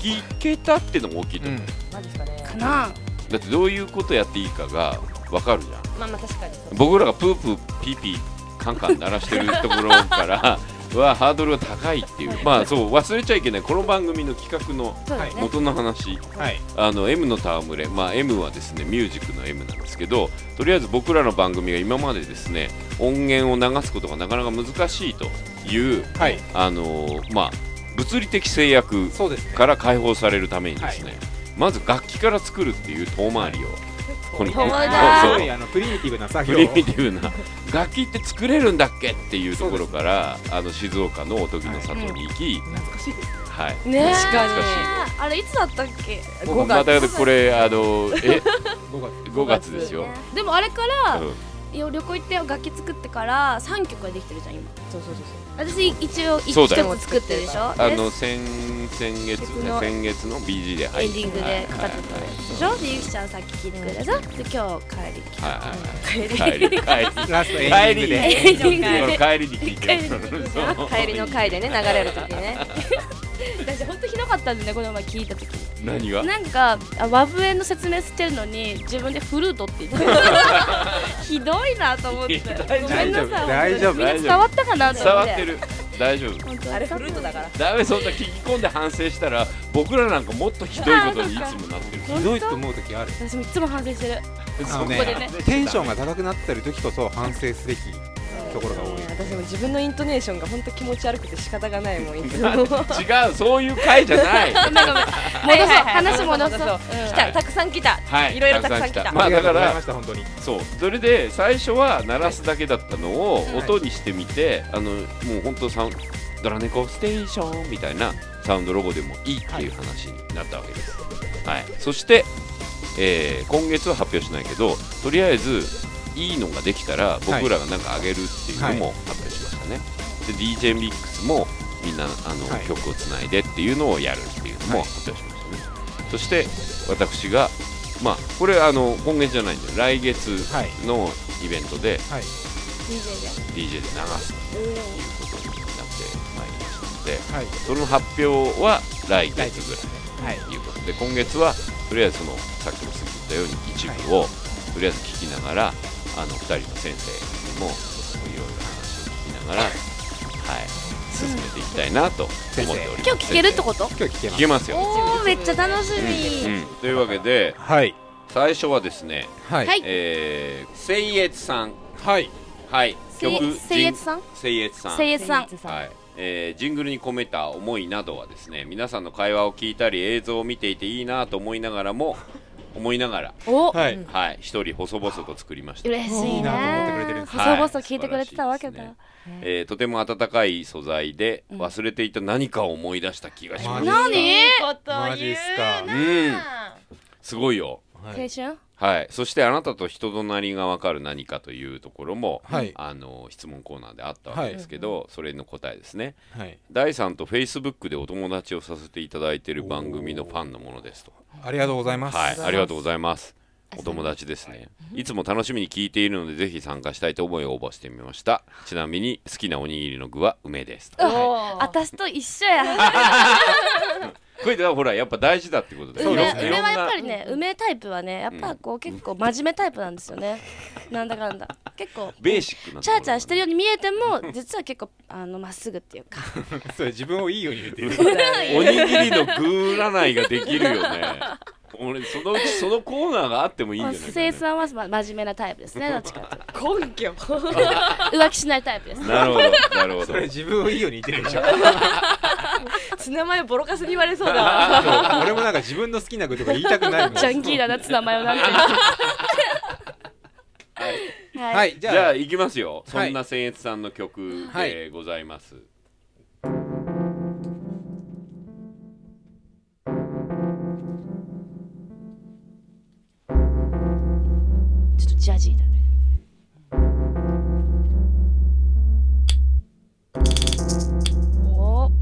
Speaker 4: 聞けたっていうのも大きいと
Speaker 1: う
Speaker 4: 思
Speaker 1: ん
Speaker 4: う、
Speaker 3: マジですかね
Speaker 5: かな
Speaker 4: だってどういうことやっていいかが分かるじゃん
Speaker 3: まあまあ確かに
Speaker 4: 僕らがプープーピーピーカンカン鳴らしてるところからはハードルが高いっていうまあそう忘れちゃいけないこの番組の企画の
Speaker 5: そうだね
Speaker 4: 元の話
Speaker 1: はい、
Speaker 4: あの M の戯れ、まあ、M はですねミュージックの M なんですけどとりあえず僕らの番組が今までですね音源を流すことがなかなか難しいという、
Speaker 1: はい
Speaker 4: あのーまあ、物理的制約
Speaker 1: そうですね
Speaker 4: から解放されるためにですね、まず楽器から作るっていう遠回りを、この
Speaker 1: そう
Speaker 4: だ
Speaker 1: すごいあのプリミティブな作
Speaker 4: プ
Speaker 1: 業
Speaker 4: リミティブな楽器って作れるんだっけっていうところからあの静岡のおとぎの里に行き、
Speaker 1: 懐かしいですね
Speaker 4: はい
Speaker 5: ね
Speaker 3: 確かに
Speaker 4: 懐かしい
Speaker 6: あれいつだったっけ
Speaker 4: 僕またこれあのえ
Speaker 1: 5月
Speaker 4: 5月ですよ、
Speaker 6: でもあれから
Speaker 4: うん
Speaker 6: いや旅行行って楽器作ってから3曲ができてるじゃん今
Speaker 3: そうそうそうそう
Speaker 6: 私一応一
Speaker 4: そう
Speaker 6: つ
Speaker 4: だよ
Speaker 6: 作ってるでしょ
Speaker 4: あ
Speaker 6: で
Speaker 4: の先先月
Speaker 6: 曲の
Speaker 4: 先月の BG で
Speaker 6: エ
Speaker 4: 入
Speaker 6: ンディング
Speaker 4: はい
Speaker 6: でかかってたやつでしょでゆきちゃんさっき聞いてくれたじゃんで今日帰り
Speaker 4: はいはいはい帰り帰り
Speaker 1: ラストエンディン グで
Speaker 6: エンディングで
Speaker 4: 帰りに聞いて そう
Speaker 3: 帰りの回でね流 れる時ね
Speaker 2: 私本当ひどかったんでねこの前聞いた時
Speaker 4: 何が
Speaker 2: なんかあ和笛の説明してるのに自分でフルートって言ってたひどいなと思ってごめんなさい
Speaker 1: 大丈夫
Speaker 2: 本当にみんな伝わったかなと
Speaker 4: 伝
Speaker 2: 思
Speaker 4: わ
Speaker 2: っ
Speaker 4: っててる大丈夫
Speaker 3: あれフルートだから
Speaker 4: ダメそんな聞き込んで反省したら僕らなんかもっとひどいことにいつもなってる
Speaker 1: ひどいと思う時ある
Speaker 2: 私もいつも反省してる
Speaker 1: あの
Speaker 4: そこ
Speaker 2: で
Speaker 1: ね
Speaker 2: ね
Speaker 1: テンションが高くなってる時こそ反省すべきところが多い
Speaker 3: 私も自分のイントネーションが本当気持ち悪くて仕方がないも んいつも
Speaker 4: 違うそういう回じゃない
Speaker 2: 戻そう話戻そう
Speaker 3: 来たたくさん来た
Speaker 4: はい
Speaker 3: いろいろたくさん来た
Speaker 4: ま
Speaker 1: あ
Speaker 4: あ
Speaker 1: り
Speaker 4: だ
Speaker 1: がとう
Speaker 4: か
Speaker 1: ござい
Speaker 4: ら
Speaker 1: ました本当に
Speaker 4: そうそれで最初は鳴らすだけだったのを
Speaker 1: い
Speaker 4: 音にしてみて、あのもう本当サウンドラネコステーションみたいなサウンドロゴでもいいっていう話になったわけです、はいそして、えー今月は発表しないけどとりあえずいいのができたら僕らがなんかあげるっていうのも発表しましたね、で DJ ミックスもみんなあの、
Speaker 1: はい
Speaker 4: 曲をつないでっていうのをやるっていうのも発表しましたね、そして私がまあこれあの今月じゃないんで来月
Speaker 1: はい
Speaker 4: のイベントで
Speaker 1: はい
Speaker 4: DJ で流すということになってまいりましたので
Speaker 1: はい
Speaker 4: その発表は来月ぐらい
Speaker 1: はい
Speaker 4: ということで今月はとりあえずそのさっきも言ったように一部をとりあえず聞きながらあの2人の先生にもいろいろ話を聞きながらはい進めていきたいなと思っております
Speaker 2: 今日聞けるってこと
Speaker 1: 今日聞けま
Speaker 4: 聞
Speaker 1: す
Speaker 4: けますよ、
Speaker 2: おおめっちゃ楽し
Speaker 4: う
Speaker 2: み
Speaker 4: ん、というわけで
Speaker 1: はい
Speaker 4: 最初はですね
Speaker 1: はい
Speaker 2: はい
Speaker 4: えー、せいえつさん、
Speaker 1: はい
Speaker 4: はい、
Speaker 2: せいせいえつさん
Speaker 4: せいえつさん、
Speaker 2: せいえつさん
Speaker 4: はい、えージングルに込めた思いなどはですね、皆さんの会話を聞いたり、映像を見ていていいなと思いながらも、 思いながら、
Speaker 2: お
Speaker 1: はい
Speaker 4: はい、一人細々と作りました。
Speaker 2: 嬉しい
Speaker 1: いいなと思ってくれてるん
Speaker 2: な
Speaker 1: です
Speaker 2: 細
Speaker 4: はい
Speaker 2: 々聞いてくれてたわけだ、
Speaker 4: 素晴らしいですねえーとても温かい素材で忘れていた何かを思い出した気がします、
Speaker 1: マジっ
Speaker 2: 何
Speaker 6: こと
Speaker 1: マジっすか
Speaker 4: うんすごいよ
Speaker 2: 青春
Speaker 4: はい、そしてあなたと人となりが分かる何かというところも、
Speaker 1: はい
Speaker 4: あの質問コーナーであったわけですけど、それの答えですね
Speaker 1: はい
Speaker 4: 第3と Facebook でお友達をさせていただいている番組のファンのものですと、
Speaker 1: ありがとうございます
Speaker 4: はい、ありがとうございますお友達ですねいつも楽しみに聞いているのでぜひ参加したいと思いを応募してみましたちなみに好きなおにぎりの具は梅ですと
Speaker 2: 私と一緒や
Speaker 4: これではほらやっぱ大事だってことで
Speaker 2: 梅
Speaker 4: いろんないろ
Speaker 2: 梅
Speaker 4: ん
Speaker 2: はやっ
Speaker 4: な
Speaker 2: ぱりね梅タイプはねやっぱこう結構真面目タイプなんですよねなんだかんだ結構
Speaker 4: ベーシックなところ
Speaker 2: チャーチャーしてるように見えても実は結構あのまっすぐっていうか
Speaker 1: それ自分をいいように言ってる
Speaker 4: おにぎりの具占いができるよね。俺そのうちそのコーナーがあってもいいんじゃないか
Speaker 2: 生
Speaker 4: ね、
Speaker 2: 産はま真面目なタイプですねどっちかっていう
Speaker 3: 根拠
Speaker 2: と浮気しないタイプです
Speaker 4: なるほどなるほ
Speaker 1: そ
Speaker 4: ど
Speaker 1: れ。自分をいいように言ってるで しょ
Speaker 3: ツナマヨボロカスに言われそうだ わ
Speaker 1: そう俺もなんか自分の好きな具とか言いたくないもん
Speaker 2: ジャンキーだなツナマヨなんては
Speaker 1: はいいじ
Speaker 4: じゃ
Speaker 1: ゃ
Speaker 4: あ
Speaker 1: あ
Speaker 4: 行きますよ。そ
Speaker 1: はい
Speaker 4: んな千越さんの曲
Speaker 1: は
Speaker 4: で
Speaker 1: い
Speaker 4: ございます。
Speaker 2: ちょっとジャジーだねお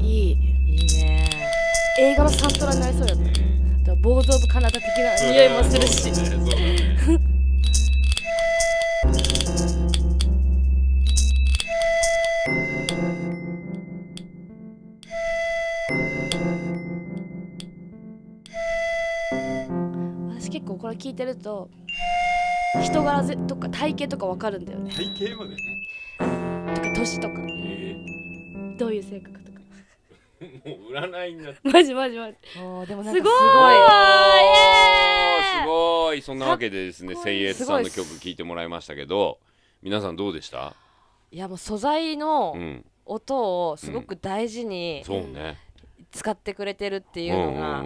Speaker 2: いい
Speaker 3: いいね
Speaker 2: 映画のサントラになりそうやね
Speaker 1: ん
Speaker 2: あとボーズ・オブ・カナダ的な匂いもするし
Speaker 1: そうだねそうだね
Speaker 2: 私結構これ聞いてると人柄ぜとか体型とかわかるんだよね
Speaker 1: 体型までね
Speaker 2: とか年とか
Speaker 4: え
Speaker 2: どういう性格とか
Speaker 4: ーもう占いになって
Speaker 2: マジマジマジ
Speaker 3: おーでもなん
Speaker 2: す
Speaker 3: か
Speaker 2: ごい
Speaker 4: すごいそんなわけでですね
Speaker 2: かっこ
Speaker 4: せ
Speaker 2: いい
Speaker 4: いえつさんの曲聴いてもらいましたけど皆さんどうでした
Speaker 3: いやもう素材の
Speaker 4: うん
Speaker 3: 音をすごく大事に
Speaker 4: そうね
Speaker 3: 使ってくれてるっていうのが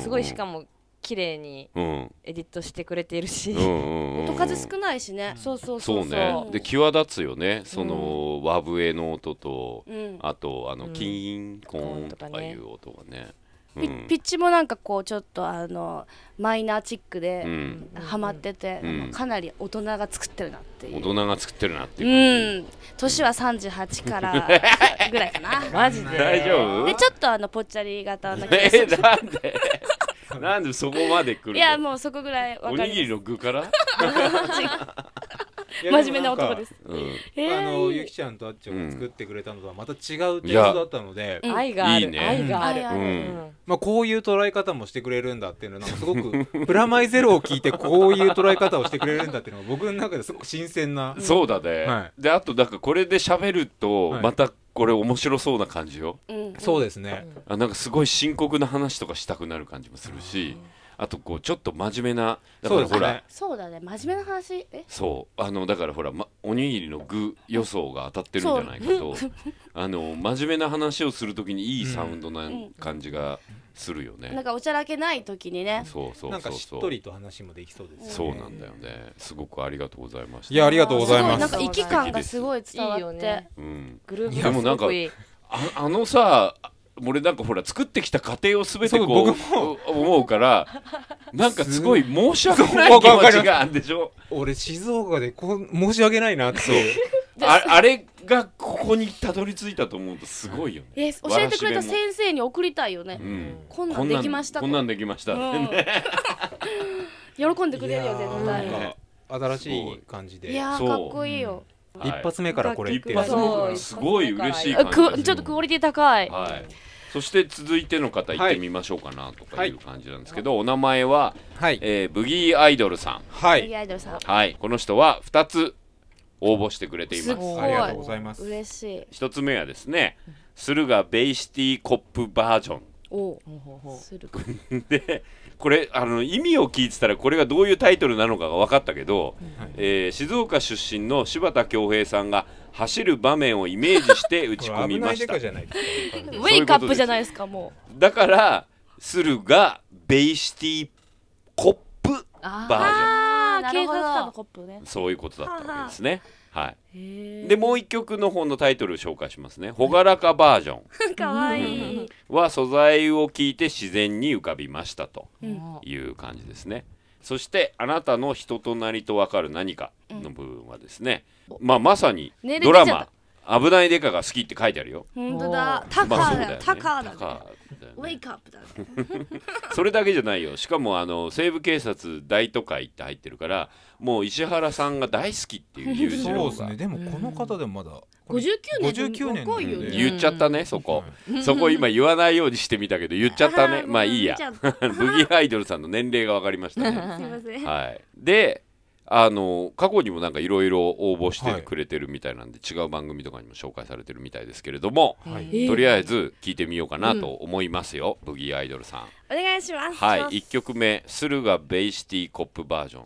Speaker 3: すごいしか
Speaker 4: も
Speaker 3: も綺麗に
Speaker 4: うん
Speaker 3: エディットしてくれているし、
Speaker 4: うんうんうん
Speaker 2: 音数少ないしね
Speaker 3: そうそう
Speaker 4: そ
Speaker 3: そうう
Speaker 4: ねで際立つよねその和笛の音と
Speaker 2: うん
Speaker 4: あとあ
Speaker 3: う
Speaker 4: の
Speaker 3: ん
Speaker 4: キンコーンと
Speaker 3: とか
Speaker 4: か
Speaker 3: ね
Speaker 4: いう音がねう
Speaker 2: ピ
Speaker 4: ん
Speaker 2: ピッチもなんかこうちょっとあのマイナーチック
Speaker 4: う
Speaker 2: で
Speaker 4: ん
Speaker 2: ハマってて、
Speaker 4: うん
Speaker 2: かなり大人が作ってるなっていう
Speaker 4: 大人が作ってるなって
Speaker 2: う
Speaker 4: いうん
Speaker 2: 年は38からぐらいかな
Speaker 3: マジ
Speaker 4: 感じ
Speaker 3: で
Speaker 4: 大丈夫
Speaker 2: でちょっとあのぽっちゃり型 の
Speaker 4: えーなんでなんでそこまで来るの
Speaker 2: いやもうそこぐらいわ
Speaker 4: お
Speaker 2: か
Speaker 4: にぎり
Speaker 2: り
Speaker 4: の具から
Speaker 1: いや
Speaker 2: ます真面目な男ですす
Speaker 4: うん
Speaker 2: え
Speaker 1: あの
Speaker 2: ー
Speaker 1: ゆきちゃんとあっちゃんが作ってくれたのとはまた違う
Speaker 4: い
Speaker 1: 点
Speaker 4: や
Speaker 1: だったので、
Speaker 2: うん
Speaker 3: 愛がある
Speaker 4: いいね
Speaker 3: 愛がある、
Speaker 2: うん
Speaker 4: う
Speaker 3: うんん
Speaker 1: まあ、こういう捉え方もしてくれるんだっていうのはなんかすごく プラマイゼロを聞いてこういう捉え方をしてくれるんだっていうのが僕の中ですごく新鮮な
Speaker 4: そうだね、
Speaker 1: は
Speaker 4: であとなんかこれで喋ると
Speaker 1: はい
Speaker 4: またこれ面白そうな感じよ、
Speaker 2: うん
Speaker 1: そうですね
Speaker 4: あなんかすごい深刻な話とかしたくなる感じもするし、あとこうちょっと真面目なだか
Speaker 1: そうで
Speaker 4: らほ
Speaker 1: す
Speaker 4: ら
Speaker 1: ね
Speaker 2: そうだね真面目な話え
Speaker 4: そうあのだからほら、ま、おにぎりの具予想が当たってるんじゃないか とあの真面目な話をするときにいいサウンドな
Speaker 2: うん
Speaker 4: 感じがするよね、
Speaker 2: なんかおちゃらけない時にね
Speaker 4: そうそうそうそう
Speaker 1: なんかしっとりと話もできそうです
Speaker 4: そ
Speaker 1: よ
Speaker 4: う
Speaker 1: ね
Speaker 4: なんだよねすごくありがとうございました
Speaker 1: いやありがとうござい
Speaker 2: ご
Speaker 1: ま
Speaker 2: い
Speaker 1: す
Speaker 2: なんか息感がすごい伝わ
Speaker 3: いいよ
Speaker 2: って
Speaker 3: ね
Speaker 4: うん、
Speaker 3: グルー
Speaker 4: い
Speaker 3: プ
Speaker 4: や
Speaker 3: が
Speaker 4: もう
Speaker 3: す
Speaker 4: なん
Speaker 3: ご
Speaker 4: か
Speaker 3: くいい
Speaker 4: ああのさあ俺なんかほら作ってきた過程を全て
Speaker 1: そう
Speaker 4: こう
Speaker 1: 僕も
Speaker 4: お思うからなんかすごい申し訳ない
Speaker 1: そう
Speaker 4: 気
Speaker 1: わか
Speaker 4: 持
Speaker 1: りま
Speaker 4: ち
Speaker 1: す
Speaker 4: があるんでし ょ
Speaker 1: 俺静岡でこう申し訳ないなっていう
Speaker 4: ああれがここにたどり着いたと思うとすごいよね、
Speaker 2: え教えてくれた先生に送りたいよね
Speaker 4: うん、
Speaker 2: こんなんできました
Speaker 4: こんなんできましたってね、
Speaker 2: うん喜んでくれるよ絶
Speaker 1: な
Speaker 2: 対
Speaker 1: ん
Speaker 4: ね
Speaker 1: か新しい感じで
Speaker 2: いや
Speaker 4: そ
Speaker 2: ー
Speaker 4: う
Speaker 2: かっこいいよ
Speaker 1: 一発目からこれって
Speaker 4: 一
Speaker 1: いう
Speaker 4: 発目からすごい嬉しい感
Speaker 2: あ
Speaker 4: じが
Speaker 2: くちょっとクオリティ高い
Speaker 4: はい、そして続いての方行ってみましょうかなとかいう感じなんですけど、お名前は、
Speaker 1: はい
Speaker 4: えーブギーアイドルさ
Speaker 1: は
Speaker 2: ギ
Speaker 1: い
Speaker 2: アイドルさん
Speaker 4: ん、はい、この人は2つ応募してくれています
Speaker 2: すごい
Speaker 1: ありがとうございます
Speaker 2: 嬉しい
Speaker 4: 1つ目はですね駿河ベイシティコップバージョ
Speaker 2: お
Speaker 3: う
Speaker 2: する
Speaker 4: ンでこれあの意味を聞いてたらこれがどういうタイトルなのかが分かったけど、
Speaker 1: はい
Speaker 4: えー静岡出身の柴田恭平さんが走る場面をイメージして打ち
Speaker 1: こ
Speaker 4: 込
Speaker 1: れ危
Speaker 4: み
Speaker 1: な
Speaker 4: ま
Speaker 1: い
Speaker 4: し
Speaker 1: デ
Speaker 4: た
Speaker 1: カじゃないですか
Speaker 2: ウェイクアップじゃないですかも
Speaker 4: だから駿河ベイシティコップバー
Speaker 2: う
Speaker 4: ジョン
Speaker 2: あ
Speaker 5: ー
Speaker 2: あ警察官のコップ ね
Speaker 4: そういうことだったわけですねはいでもう一曲の方のタイトルを紹介しますね「朗らかバージョン
Speaker 2: かわいい」
Speaker 4: は素材を聞いて自然に浮かびましたと
Speaker 2: うん
Speaker 4: いう感じですねそして「あなたの人となりとわかる何か」の部分はですね、まあ、まさに
Speaker 2: ね
Speaker 4: ドラ
Speaker 2: 出ちゃ
Speaker 4: マ
Speaker 2: っ
Speaker 4: 「危ないデカが好き」って書いてあるよ。
Speaker 2: 本当だタカ
Speaker 4: まあそう
Speaker 2: ー
Speaker 4: だよね
Speaker 2: だタカーだ
Speaker 4: タカ
Speaker 2: ね
Speaker 4: ーだよね
Speaker 2: ウェイクアップだね
Speaker 4: それだけじゃないよしかもあの西部警察大都会って入ってるからもう石原さんが大好きっていう友
Speaker 1: そ
Speaker 4: 情
Speaker 1: う
Speaker 4: が
Speaker 1: ですねでもこの方でもまだこれ
Speaker 2: 59年
Speaker 1: 59年
Speaker 2: 若いよ
Speaker 1: なんで
Speaker 2: ね
Speaker 4: 言っちゃったねそこ、そこ今言わないようにしてみたけど言っちゃったねまあいいや
Speaker 2: すい
Speaker 4: ブギーアイドルさんの年齢が分かりましたね
Speaker 2: ません
Speaker 4: はいであの過去にもなんかいろいろ応募してくれてるみたいなんで、違う番組とかにも紹介されてるみたいですけれども、
Speaker 1: はい
Speaker 4: とりあえず聞いてみようかなと思いますよ、ブギーアイドルさん
Speaker 2: お願いします
Speaker 4: はい1曲目「駿河ベイシティコップバージョン」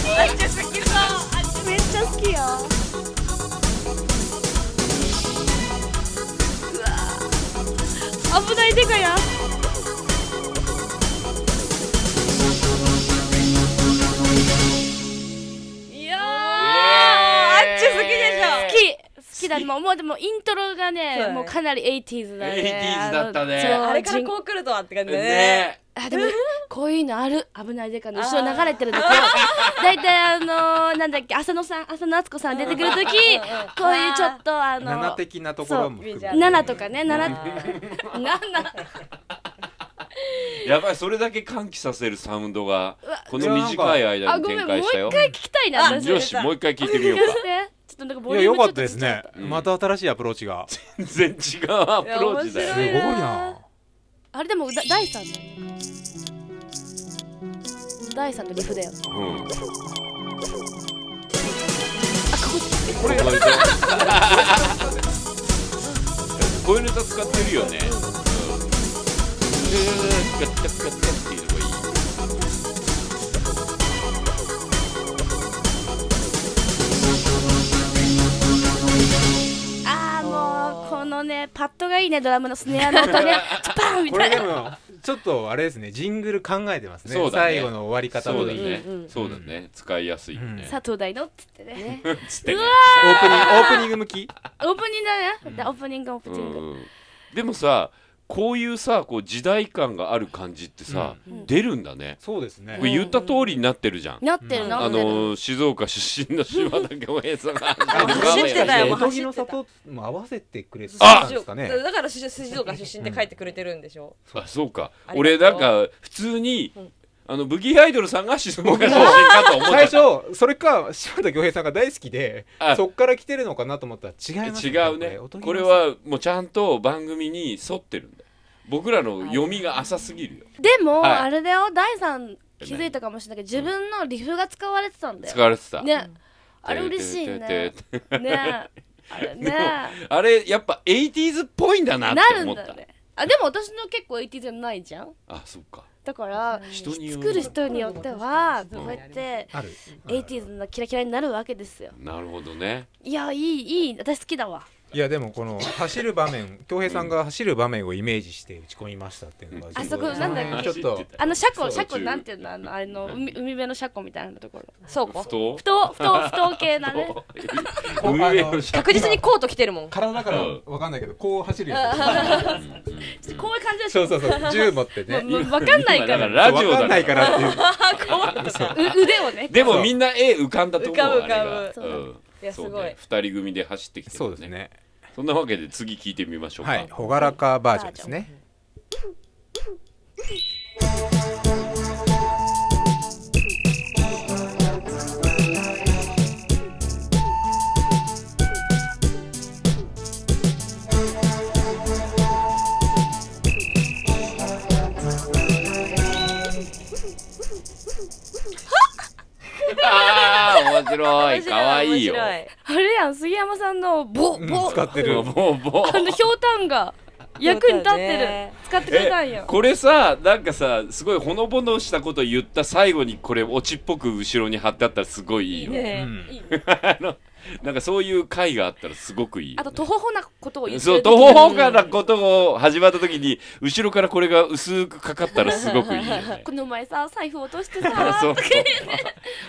Speaker 2: めっちゃ好きようわ危ないでかやいやーあっち好きでしょ好き好きだもうもうでもイントロがね
Speaker 3: そうだね
Speaker 2: もうかなり 80s だね
Speaker 4: 80s だったね
Speaker 2: あのそう
Speaker 3: あれからこう来るとはって感じだね
Speaker 4: ねえ
Speaker 2: あで もこういうのある危ないでかの後ろ流れてるん だけど大体あのーなんだっけ浅野さん浅野敦子さん出てくる時こういうちょっとあの
Speaker 1: 7的なところも含めて
Speaker 2: 7とかね7 7
Speaker 4: やばいそれだけ歓喜させるサウンドが
Speaker 2: うわ
Speaker 4: この短い間
Speaker 2: あ
Speaker 4: に
Speaker 2: ごめ
Speaker 4: 展
Speaker 2: んもう
Speaker 4: 開した
Speaker 2: 一
Speaker 4: よ
Speaker 2: 回聞きたいな私
Speaker 4: よしもう一回聞いてみよう
Speaker 2: 聞か
Speaker 4: か
Speaker 2: せてちょっとなん
Speaker 1: い
Speaker 2: かボ
Speaker 1: や
Speaker 2: リュ
Speaker 1: 良
Speaker 2: ーム
Speaker 1: かったですね
Speaker 4: うん
Speaker 1: また新しいアプローチがす
Speaker 4: 全然違うアプローチだよ
Speaker 1: ごいな
Speaker 2: あれでもだ第三だよね第三のリフだよ
Speaker 4: うん
Speaker 1: これ
Speaker 4: こういうネタこういうネタ使ってるよね。うんガッタガッタっていうのがいい。
Speaker 2: ああもうこのねパッドがいいねドラムのスネアの音ね スパンみ
Speaker 1: こ
Speaker 2: た
Speaker 1: れ
Speaker 2: いな
Speaker 1: でもちょっとあれですねジングル考えてますね
Speaker 4: そうだね
Speaker 1: 最後の終わり方
Speaker 4: そう
Speaker 1: も
Speaker 4: だ
Speaker 1: いい
Speaker 4: ね
Speaker 3: うんう。ん
Speaker 4: そうだね。使いやすいよね。
Speaker 2: 佐藤大のっつってね
Speaker 4: つってね。
Speaker 1: オープニングオープニング向き
Speaker 2: オープニングだねだオープニングオープ
Speaker 4: う
Speaker 2: ニング
Speaker 4: んでもさ、こういうさ、こう時代感がある感じってさ
Speaker 2: うん、
Speaker 4: 出るんだね。
Speaker 1: そうですね
Speaker 4: これ言った通りになってるじゃん。
Speaker 2: なってるな
Speaker 4: あ
Speaker 2: ってる
Speaker 4: のー静岡出身の島田恭平さんが
Speaker 3: 走ってたよ
Speaker 1: おとぎの里も合わせてくれてた
Speaker 4: あ
Speaker 1: んですかね
Speaker 3: だからし静岡出身で書いてくれてるんでしょ
Speaker 4: あそうか
Speaker 3: ありがとう
Speaker 4: 俺なんか普通に、あのブギーアイドルさんが静岡出身かと思っ
Speaker 1: 最
Speaker 4: てた
Speaker 1: 初それか柴田恭平さんが大好きで
Speaker 4: あ
Speaker 1: そっから来てるのかなと思ったら違います
Speaker 4: 違うね
Speaker 1: おとぎの里
Speaker 4: これはもうちゃんと番組に沿ってるんだよ僕らの読みが浅すぎるよ
Speaker 2: でも
Speaker 4: はい
Speaker 2: あれだよ第三気づいたかもしれないけど自分のリフが使われてたんだ
Speaker 4: 使
Speaker 2: よ
Speaker 4: われてた
Speaker 2: ねあれ嬉しいねねあれね
Speaker 4: あれやっぱ 80s っぽいんだなっ
Speaker 2: な
Speaker 4: て
Speaker 2: る
Speaker 4: 思っ
Speaker 2: ん
Speaker 4: た
Speaker 2: だよねあでも私の結構 AT じゃないじゃん
Speaker 4: あそうか
Speaker 2: だから
Speaker 4: 人によ
Speaker 2: 作る
Speaker 4: る
Speaker 2: 人によっては
Speaker 3: うん
Speaker 2: こうやって
Speaker 1: ある
Speaker 2: 80s のキラキラになるわけですよ
Speaker 4: なるほどね
Speaker 2: いやいいいい私好きだわ
Speaker 1: いやでもこの走る場面恭平さんが走る場面をイメージして打ち込みましたっていうのが
Speaker 4: うん
Speaker 2: あそこなんだっ
Speaker 1: ちょっと
Speaker 2: あの車庫
Speaker 4: そう
Speaker 2: 車庫なんていうのあのあの海海辺の車庫みたいなところ
Speaker 3: そうか
Speaker 4: 不当
Speaker 2: 不当不当不当系 なね
Speaker 1: こう
Speaker 4: 運営
Speaker 1: あ
Speaker 4: の
Speaker 1: の
Speaker 4: 社
Speaker 3: 確実にコート着てるもん
Speaker 1: 体だから
Speaker 4: うん
Speaker 1: わかんないけどこう走るや
Speaker 2: ちょっとこういう感じで
Speaker 1: つ
Speaker 2: しょ
Speaker 1: そうそうそう銃持ってね
Speaker 2: もうもうわかんないか
Speaker 4: だかららラジオ
Speaker 1: わか
Speaker 4: だ
Speaker 1: んな
Speaker 4: か
Speaker 1: いかららっていう
Speaker 2: う腕をね
Speaker 4: でもみんな絵浮かんだと思う
Speaker 3: 浮かぶ浮かぶ
Speaker 4: あれが
Speaker 2: そうだ
Speaker 4: うん
Speaker 3: いやすごい
Speaker 4: そうね二人組で走ってきてる
Speaker 1: そうですね
Speaker 4: そんなわけで次聞いてみましょうか、
Speaker 1: はい朗らかバージョンですね
Speaker 4: ああ面白い可愛いよ
Speaker 3: 面
Speaker 2: あれやん杉山さんのボ
Speaker 1: うん
Speaker 2: ボ
Speaker 1: 使ってる
Speaker 4: もうも
Speaker 2: あのひょうたんが役に立っ
Speaker 3: そうだ
Speaker 2: て
Speaker 3: ね
Speaker 2: る使ってくれたん
Speaker 4: え
Speaker 2: よ
Speaker 4: これさなんかさすごいほのぼのしたこと言った最後にこれオチっぽく後ろに貼ってあったらすごいいいよ
Speaker 3: 白いね
Speaker 1: うん
Speaker 4: あのなんかそういう回があったらすごくいいよね、
Speaker 2: あと途方法なことを言って
Speaker 4: そう
Speaker 2: る
Speaker 4: 途方法からことを始まった時に後ろからこれが薄くかかったらすごくいいよ ね
Speaker 2: この前さ財布落として
Speaker 4: そ
Speaker 2: さ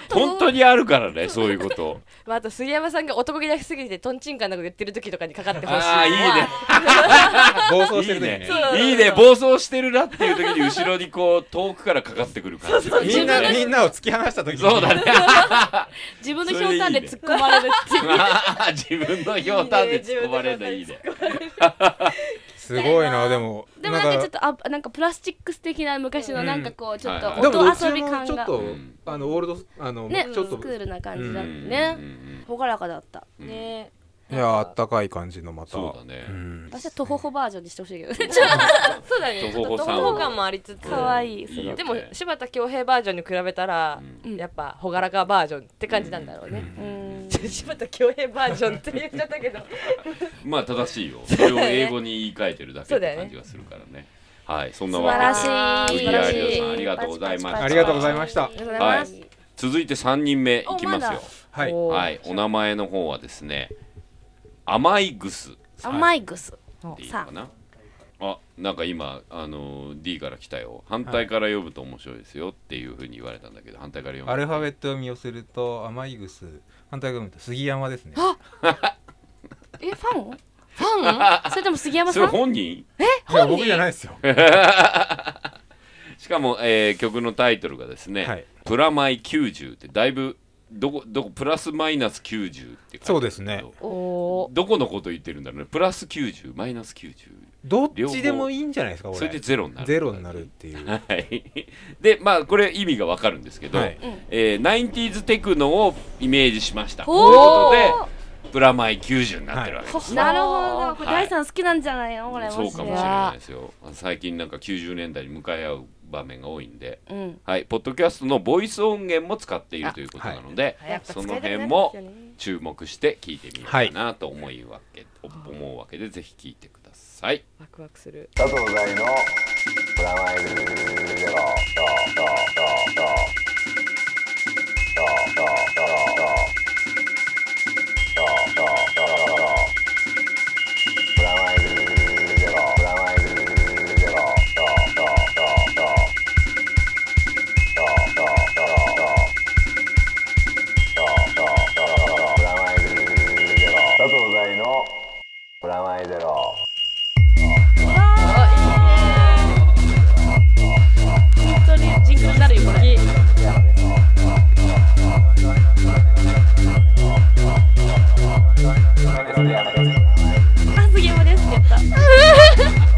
Speaker 4: う本当にあるからねそういうこと
Speaker 3: まあ、あと杉山さんが男気出しすぎてとんちんかんなこと言ってる時とかにかかってほしい
Speaker 4: ああいいね
Speaker 1: 暴走して
Speaker 4: いい
Speaker 1: る時ね
Speaker 4: ねいいね暴走してるなっていう時に後ろにこう遠くからかかってくる感じ
Speaker 1: みん
Speaker 4: いい
Speaker 1: な
Speaker 4: ね
Speaker 1: みんなを突き放した時に
Speaker 4: そうだね
Speaker 2: 自分のひょうたんで突っ込まれるっていう
Speaker 4: 自分のひょうたんで突っ込まれるのいいね
Speaker 1: すごいなでも
Speaker 2: でもなんかちょっ
Speaker 1: か
Speaker 2: とあなんかプラスチックス的な昔のなんかこうちょっ
Speaker 4: はい
Speaker 2: と
Speaker 4: はい
Speaker 1: でもどっ
Speaker 2: 音
Speaker 1: ち
Speaker 2: 遊び
Speaker 1: も
Speaker 2: 感
Speaker 1: ちょっ
Speaker 2: が
Speaker 1: と
Speaker 4: うん
Speaker 1: あのオールドあの
Speaker 2: ね
Speaker 1: ちょっと
Speaker 2: クールな感じだった
Speaker 4: うんう
Speaker 2: ね
Speaker 4: ん
Speaker 2: 朗らかだった
Speaker 4: うん
Speaker 3: ね
Speaker 1: いやあったかい感じのまた
Speaker 4: そうだね
Speaker 1: うん
Speaker 2: 私は途方法バージョンにしてほしいけどね
Speaker 3: そうだねちょっ
Speaker 4: 徒歩
Speaker 3: と
Speaker 4: さん
Speaker 3: 徒歩感もありつつ
Speaker 2: 可愛
Speaker 4: い
Speaker 2: い
Speaker 4: いよね
Speaker 3: でも柴田恭平バージョンに比べたら、
Speaker 2: うん
Speaker 3: やっぱ朗らかバージョンって感じなんだろうね、
Speaker 2: うん
Speaker 3: 柴田恭平バージョンって言っちゃった けど
Speaker 4: まあ正しいよそれを英語に言い換えてるだけって感じがするからねはいそんな
Speaker 2: 素
Speaker 4: わ
Speaker 2: 晴
Speaker 4: け
Speaker 2: ら
Speaker 4: で
Speaker 2: しい
Speaker 4: ブギーアイドルさんありがとうございました
Speaker 1: ありがとうございました
Speaker 2: ありがとうございます
Speaker 4: 続いて3人目いきま
Speaker 2: おますだ
Speaker 4: よ
Speaker 1: はい
Speaker 3: お
Speaker 4: はいお名前の方はですね甘いグス
Speaker 2: 甘いグス
Speaker 4: っていいのかなあなんか今、あのー D から来たよ反対から読むと面白いですよっていうふうに言われたんだけど反対から読
Speaker 1: ア
Speaker 4: む
Speaker 1: ルファベットを見寄せると甘いグス反対側見ると杉山ですね
Speaker 2: えファン ファンそれとも杉山
Speaker 4: そ
Speaker 2: さ
Speaker 4: れ
Speaker 2: ん
Speaker 4: 本人
Speaker 1: いや僕じゃないですよ
Speaker 4: しかも、えー曲のタイトルがですね、
Speaker 1: はい
Speaker 4: プラマイ90ってだいぶどこどこプラスマイナス90って書いてあるんけど
Speaker 1: そうですね
Speaker 6: おー
Speaker 4: どこのこと言ってるんだろうねプラス90マイナス90
Speaker 1: どっちでもいいんじゃないですかこれ
Speaker 4: それでゼロになる
Speaker 1: ゼロになるっていう
Speaker 4: はいでまあこれ意味がわかるんですけど、
Speaker 1: はい
Speaker 4: えー、90s テクノをイメージしましたという
Speaker 2: お
Speaker 4: こ
Speaker 2: ー
Speaker 4: とでプラマイ90になってるわけです、
Speaker 2: なるほどこれ
Speaker 4: はい
Speaker 2: 大さん好きなんじゃないのこれ
Speaker 4: そうかもしれ
Speaker 2: マジで
Speaker 4: ないですよ最近なんか90年代に向かい合う場面が多いんで、
Speaker 6: ん
Speaker 4: はい、ポッドキャストのボイス音源も使っているということなので、
Speaker 6: はいやっぱ
Speaker 4: そ
Speaker 6: 使い
Speaker 4: の
Speaker 6: たくなる
Speaker 4: 辺
Speaker 6: ん
Speaker 4: も
Speaker 6: ですよね
Speaker 4: 注目して聞いてみようかなと思いわけ、思うわけでぜひ聞いてください。
Speaker 6: ワクワクする
Speaker 8: 佐藤大のプラマイゼロ。プラマイゼロ。プラマイゼロ。プラマイゼロ。佐藤大のプラマイゼロ。
Speaker 6: 本当に人気になるよこれあすげえもですって言った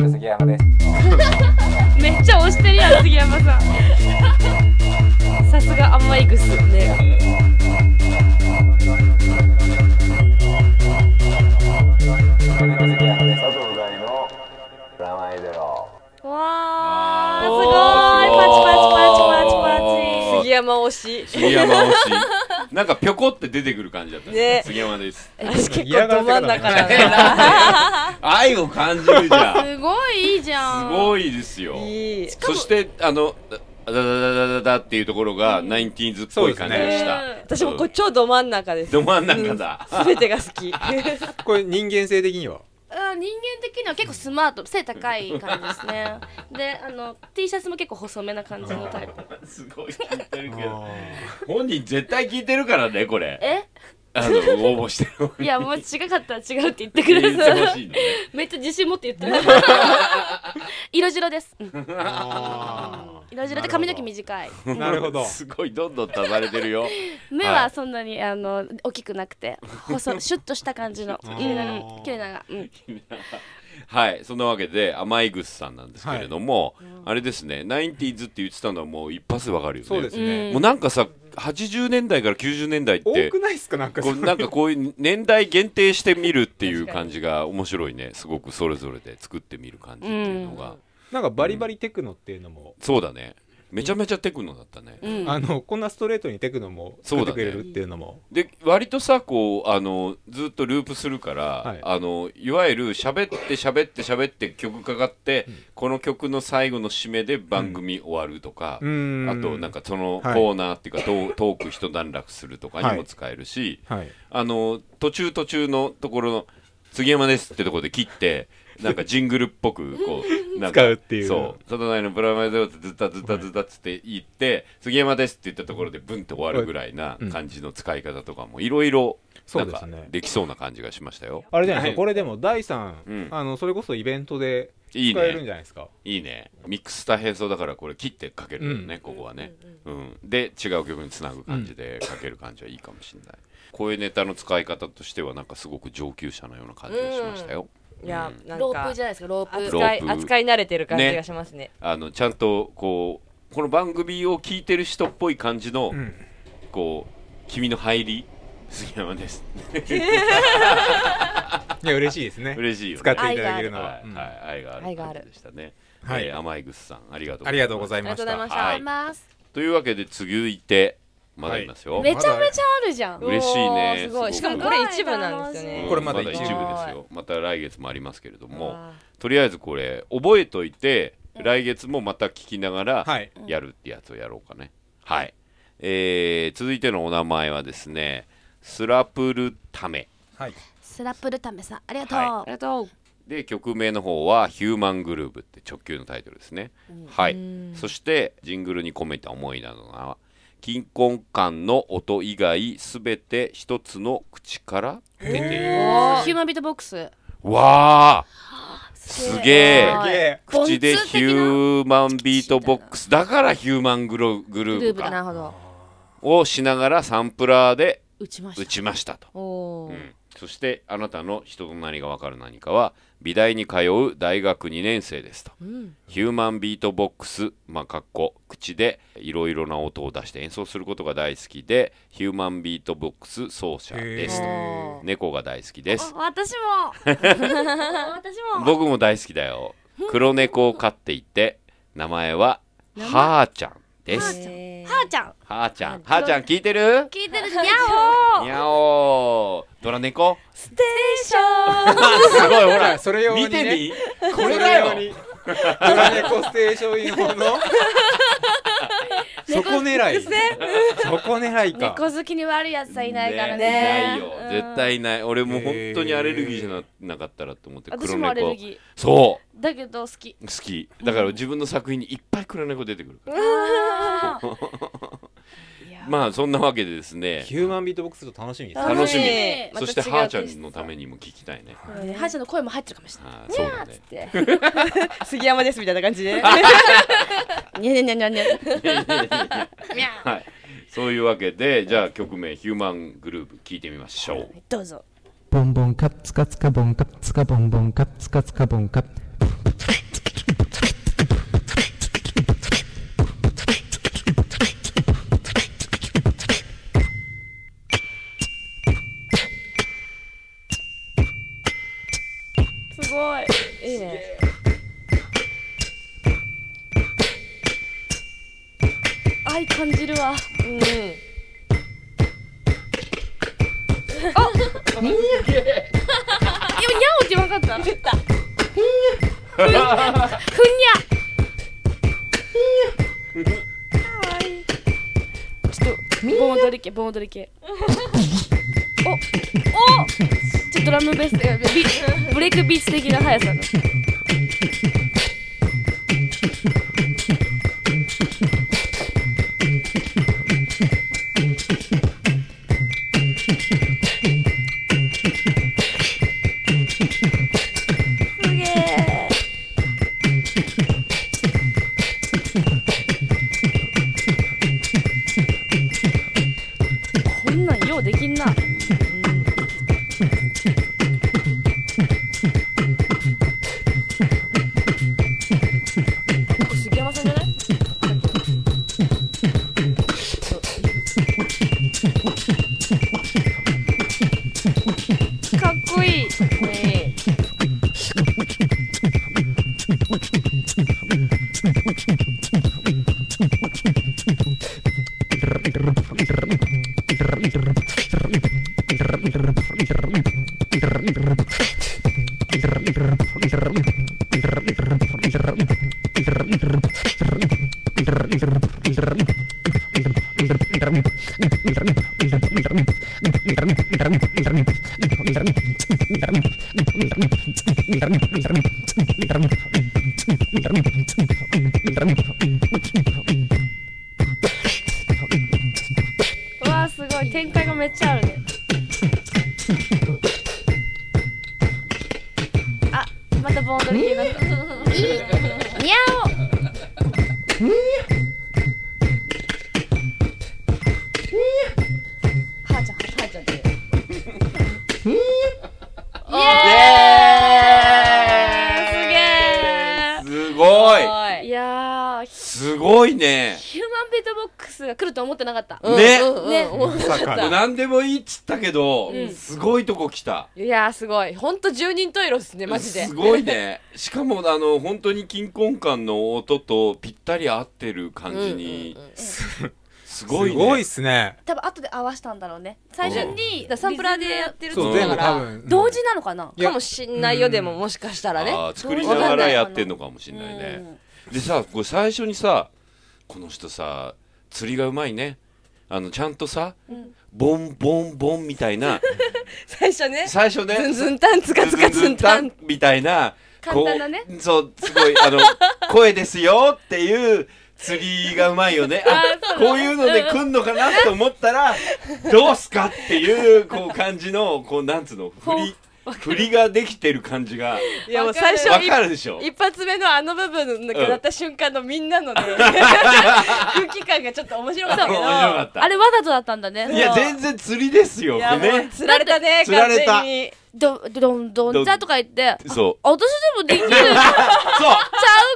Speaker 8: 杉山です。
Speaker 6: めっちゃ押してるやん杉山さんさすが甘いぐすね
Speaker 8: 佐藤大のプラマイゼロ。
Speaker 2: わーす
Speaker 4: お
Speaker 2: ご
Speaker 4: ー
Speaker 2: いパチパチパチパチパチ
Speaker 6: 杉山推し
Speaker 4: 杉山推しなんかぴょこって出てくる感じだったね
Speaker 6: ね
Speaker 4: 杉山です
Speaker 6: 私結
Speaker 1: 嫌
Speaker 6: 構
Speaker 1: がら
Speaker 6: ど
Speaker 1: せか
Speaker 6: 真ん
Speaker 1: な
Speaker 6: 中だ
Speaker 4: えなんで愛を感じるじゃん
Speaker 2: すごいいいじゃん
Speaker 4: すごいですよ
Speaker 6: いい
Speaker 4: そしてあのダダダダダダっていうところがナインティーンズっぽい感じでした
Speaker 6: 私もこ
Speaker 4: う
Speaker 6: れ超ど真ん中で
Speaker 4: ん
Speaker 6: す
Speaker 4: ど真ん中だ
Speaker 6: 全てが好き
Speaker 1: これ人間性的には
Speaker 2: うん人間的には結構スマート背高い感じですね であの T シャツも結構細めな感じのタイプ
Speaker 4: すごい聞いてるけど本人絶対聞いてるからねこれ
Speaker 2: え
Speaker 4: あの応募してる
Speaker 2: いやもう違かったら違うって言ってく
Speaker 4: 言
Speaker 2: れ
Speaker 4: って
Speaker 2: る
Speaker 4: ほしいのね
Speaker 2: めっちゃ自信持って言ってる 色白です、うん
Speaker 1: あ
Speaker 2: 色白で髪の毛短い
Speaker 1: ー なるほど
Speaker 4: すごいどんどんたまれてるよ
Speaker 2: 目
Speaker 4: は
Speaker 2: はいそんなにあの大きくなくて細いシュッとした感じのうん
Speaker 1: ー
Speaker 2: 綺麗ながうん
Speaker 4: はい、そんなわけで、甘いぐすさんなんですけれども、あれですね、ナインティーズって言ってたのはもう一発でわかるよね。
Speaker 1: そうですね
Speaker 4: もうなんかさ、80年代から90年代っ
Speaker 1: 多
Speaker 4: て
Speaker 1: く、ないですかなんか
Speaker 4: こ
Speaker 1: そうの
Speaker 4: なんかこういう年代限定してみるっていう感じが面白いね、すごくそれぞれで作ってみる感じっていうのが、
Speaker 1: なんかバリバリテクノっていうのも
Speaker 4: そうだね、めちゃめちゃテクノだったね。
Speaker 2: うん
Speaker 1: あのこんなストレートにテクノも作ってくれるっていうのも
Speaker 4: で割とさこうあのずっとループするから、
Speaker 1: はい
Speaker 4: い、あのいわゆる喋って喋って喋って曲かかって、この曲の最後の締めで番組終わるとか、
Speaker 1: うーん
Speaker 4: あとなんかそのコ
Speaker 1: はい
Speaker 4: ーナーっていうか、トートーク一段落するとかにも使えるし、
Speaker 1: はい
Speaker 4: あの途中途中のところの「杉山です」ってところで切ってなんかジングルっぽくこ うなんか
Speaker 1: 使うっていう
Speaker 4: そう「サタナイのプラマイゼロ」ってずったずったずったっつって言って「杉山です」って言ったところでブンって終わるぐらいな
Speaker 1: うん
Speaker 4: 感じの使い方とかもいろいろ
Speaker 1: そうですね
Speaker 4: なんかできそうな感じがしましたよ
Speaker 1: あれじゃないです
Speaker 4: はい
Speaker 1: かこれでも第三
Speaker 4: うん
Speaker 1: あのそれこそイベントで使
Speaker 4: いい
Speaker 1: えるんじ
Speaker 4: ね
Speaker 1: ゃないですか
Speaker 4: いいねミックスした変奏だからこれ切ってかけるよね、
Speaker 1: うん
Speaker 4: ここはね、うん、で違う曲につなぐ感じでかける感じはいいかもしれない、こういうネタの使い方としてはなんかすごく上級者のような感じがしましたよ、
Speaker 6: いやなん
Speaker 2: ロープ
Speaker 6: か
Speaker 2: じゃないですかロープ
Speaker 4: ロ
Speaker 6: 扱
Speaker 4: ー
Speaker 6: い
Speaker 4: プ
Speaker 6: 扱い慣れてる感じがしますね
Speaker 4: あのちゃんとこうこの番組を聞いてる人っぽい感じの、
Speaker 1: ん
Speaker 4: こう君の入り杉山です
Speaker 1: いや嬉しいですね
Speaker 4: 嬉しいよ、ね、
Speaker 1: 使っていただけるの
Speaker 4: は、
Speaker 1: はいうん
Speaker 4: はい、愛がある
Speaker 6: 愛があ
Speaker 4: 感
Speaker 6: る
Speaker 4: じでしたね、は
Speaker 1: はいい
Speaker 4: 甘いぐすさんありがとう
Speaker 1: ありがとうござい
Speaker 6: ありが
Speaker 1: ま
Speaker 6: とう
Speaker 1: し
Speaker 6: ござい
Speaker 1: た
Speaker 6: ました、
Speaker 4: はい
Speaker 2: あります
Speaker 4: というわけで次いてまだいますよ、
Speaker 1: はい
Speaker 2: めちゃめちゃあるじゃん
Speaker 4: 嬉しいね
Speaker 6: おーすごい
Speaker 4: す
Speaker 6: し
Speaker 4: ご
Speaker 6: か
Speaker 4: く
Speaker 6: もこれ一部なんですよ
Speaker 4: う
Speaker 6: ね
Speaker 4: ん
Speaker 1: これまだ
Speaker 4: まだ一部
Speaker 1: 一
Speaker 4: です
Speaker 1: 部
Speaker 4: よまた来月もありますけれども
Speaker 6: あ
Speaker 4: とりあえずこれ覚えといて来月もまた聞きながら、
Speaker 1: はい
Speaker 4: やるってやつをやろうかね。はい。えー続いてのお名前はですね、スラプルタメ。
Speaker 1: はい
Speaker 2: スラップルタメさんありがとう、
Speaker 4: は
Speaker 6: りがとう
Speaker 4: で曲名の方は「ヒューマングルーブ」って直球のタイトルですね、はいそしてジングルに込めた思いなのは「金婚感の音以外すべて一つの口から出ている
Speaker 5: ヒューマンビートボックス。」
Speaker 4: わあすげえ
Speaker 1: すげえ
Speaker 4: 口でヒューマンビートボックスだからヒューマングログルー
Speaker 5: ルー
Speaker 4: ブ
Speaker 5: ブだ
Speaker 4: か
Speaker 5: なるほど。
Speaker 4: をしながらサンプラーで
Speaker 5: 打ちま
Speaker 4: 打
Speaker 5: し
Speaker 4: ちましたと。
Speaker 5: た。お
Speaker 4: う
Speaker 5: お。
Speaker 4: ん、そしてあなたの人となりがわかる何かは美大に通う大学2年生ですと、
Speaker 5: ん
Speaker 4: ヒューマンビートボックスまあかっこ口でいろいろな音を出して演奏することが大好きでヒューマンビートボックス奏者ですと
Speaker 5: へ
Speaker 4: 猫が大好きです
Speaker 2: お私も私も
Speaker 4: 僕も大好きだよ黒猫を飼っていて名前ははーちゃんです
Speaker 2: はーちゃん
Speaker 4: はーちゃんはーちゃん聞いてる
Speaker 2: 聞いてるにゃお
Speaker 4: にゃおードラ猫ステ ーションすごいほ
Speaker 1: ほ
Speaker 4: ら
Speaker 1: らそれ 用に、ね、
Speaker 4: 見てみ
Speaker 1: これだよドラ猫ステーション用のそこ狙いそこ狙いか
Speaker 5: 猫好きに悪いやつはいないか
Speaker 4: ね
Speaker 5: らね。
Speaker 4: ないよ絶対ない俺もう本当にアレルギーじゃななかったらと思って
Speaker 5: 私もアレルギー。
Speaker 4: そ
Speaker 5: だけど好き。
Speaker 4: う好きだから自分の作品にいっぱい黒猫出てくるから まあそんなわけでですね
Speaker 7: ヒューマンビートボックスと楽しみです。
Speaker 4: 楽しみ
Speaker 5: ね
Speaker 4: そしてはーちゃんのためにも聞きたいね
Speaker 5: え歯医者の声も入ってるかもしれ
Speaker 4: あーそうだね
Speaker 3: 杉山ですみたいな感じで。
Speaker 5: ない。にゃにゃにゃにゃにゃ。
Speaker 4: はいそういうわけでじゃあ曲名「ヒューマングルーブ」聞いてみましょう
Speaker 5: どうぞ。
Speaker 9: ボンボンカッツカツカボンカッツカボンボンカッツカツカボンカッ
Speaker 6: すごい
Speaker 3: いいね。
Speaker 5: 愛感じるわ。
Speaker 3: うん。
Speaker 5: 今にゃおって分かった。盆踊り系盆踊り系。おお。ちょっとドラムベースえビブレイクビーチ的な速さの。こんなんようできんな。
Speaker 3: 杉山さんじゃない？
Speaker 6: かっこいい
Speaker 5: うわあすごい展開がめっちゃあるねあまた盆踊り系だったにゃお
Speaker 4: すごい
Speaker 5: いやー
Speaker 4: すごいね
Speaker 5: ヒューマンビートボックスが来ると思ってなかった
Speaker 4: ね
Speaker 5: ね
Speaker 1: まさかの
Speaker 4: 何でもいいっつったけどすごいとこ来た
Speaker 3: いやーすごい。本当十人十色ですねマジで。
Speaker 4: すごいねしかもあの本当に金婚感の音とぴったり合ってる感じに、すごい、
Speaker 1: す
Speaker 4: ね、
Speaker 1: ごいっすね
Speaker 5: 多分後で合わしたんだろうね最初に
Speaker 3: サンプラーでやってるって
Speaker 1: そ
Speaker 3: こ
Speaker 1: う
Speaker 3: と
Speaker 1: 全
Speaker 3: だ
Speaker 1: 部
Speaker 3: から
Speaker 1: 多分
Speaker 5: 同時なのかない
Speaker 1: や
Speaker 3: かもしんないよでももしかしたらね。
Speaker 4: あー作りながらやってんのかもしれないねでさこれ最初にさこの人さ釣りがうまいねあのちゃんとさ、ボンボンボンみたいな
Speaker 3: 最初ね
Speaker 4: 最初ね
Speaker 3: ズンズンタンツカツカツンタン
Speaker 4: ズンズンタンみたいな
Speaker 2: 簡単だね
Speaker 4: こうそうすごいあの声ですよっていう釣りがうまいよねあこういうので来んのかなと思ったらどうすかっていうこう感じのこうなんつうの振り振りができてる感じが
Speaker 3: いやもう最初
Speaker 4: わ
Speaker 3: 一
Speaker 4: かるでしょ
Speaker 3: 一発目のあの部分なんか鳴った瞬間のみんなのね空気感がちょっと面白かったけど
Speaker 4: 面白かった
Speaker 2: あれわざとだったんだね
Speaker 4: いや全然釣りですよ
Speaker 3: いやもう
Speaker 4: ね
Speaker 3: 釣られたね
Speaker 4: 釣られた
Speaker 3: 完全に
Speaker 2: どどんどんじゃとか言って
Speaker 4: そう
Speaker 2: 私でもできるんち
Speaker 4: そう
Speaker 2: ゃう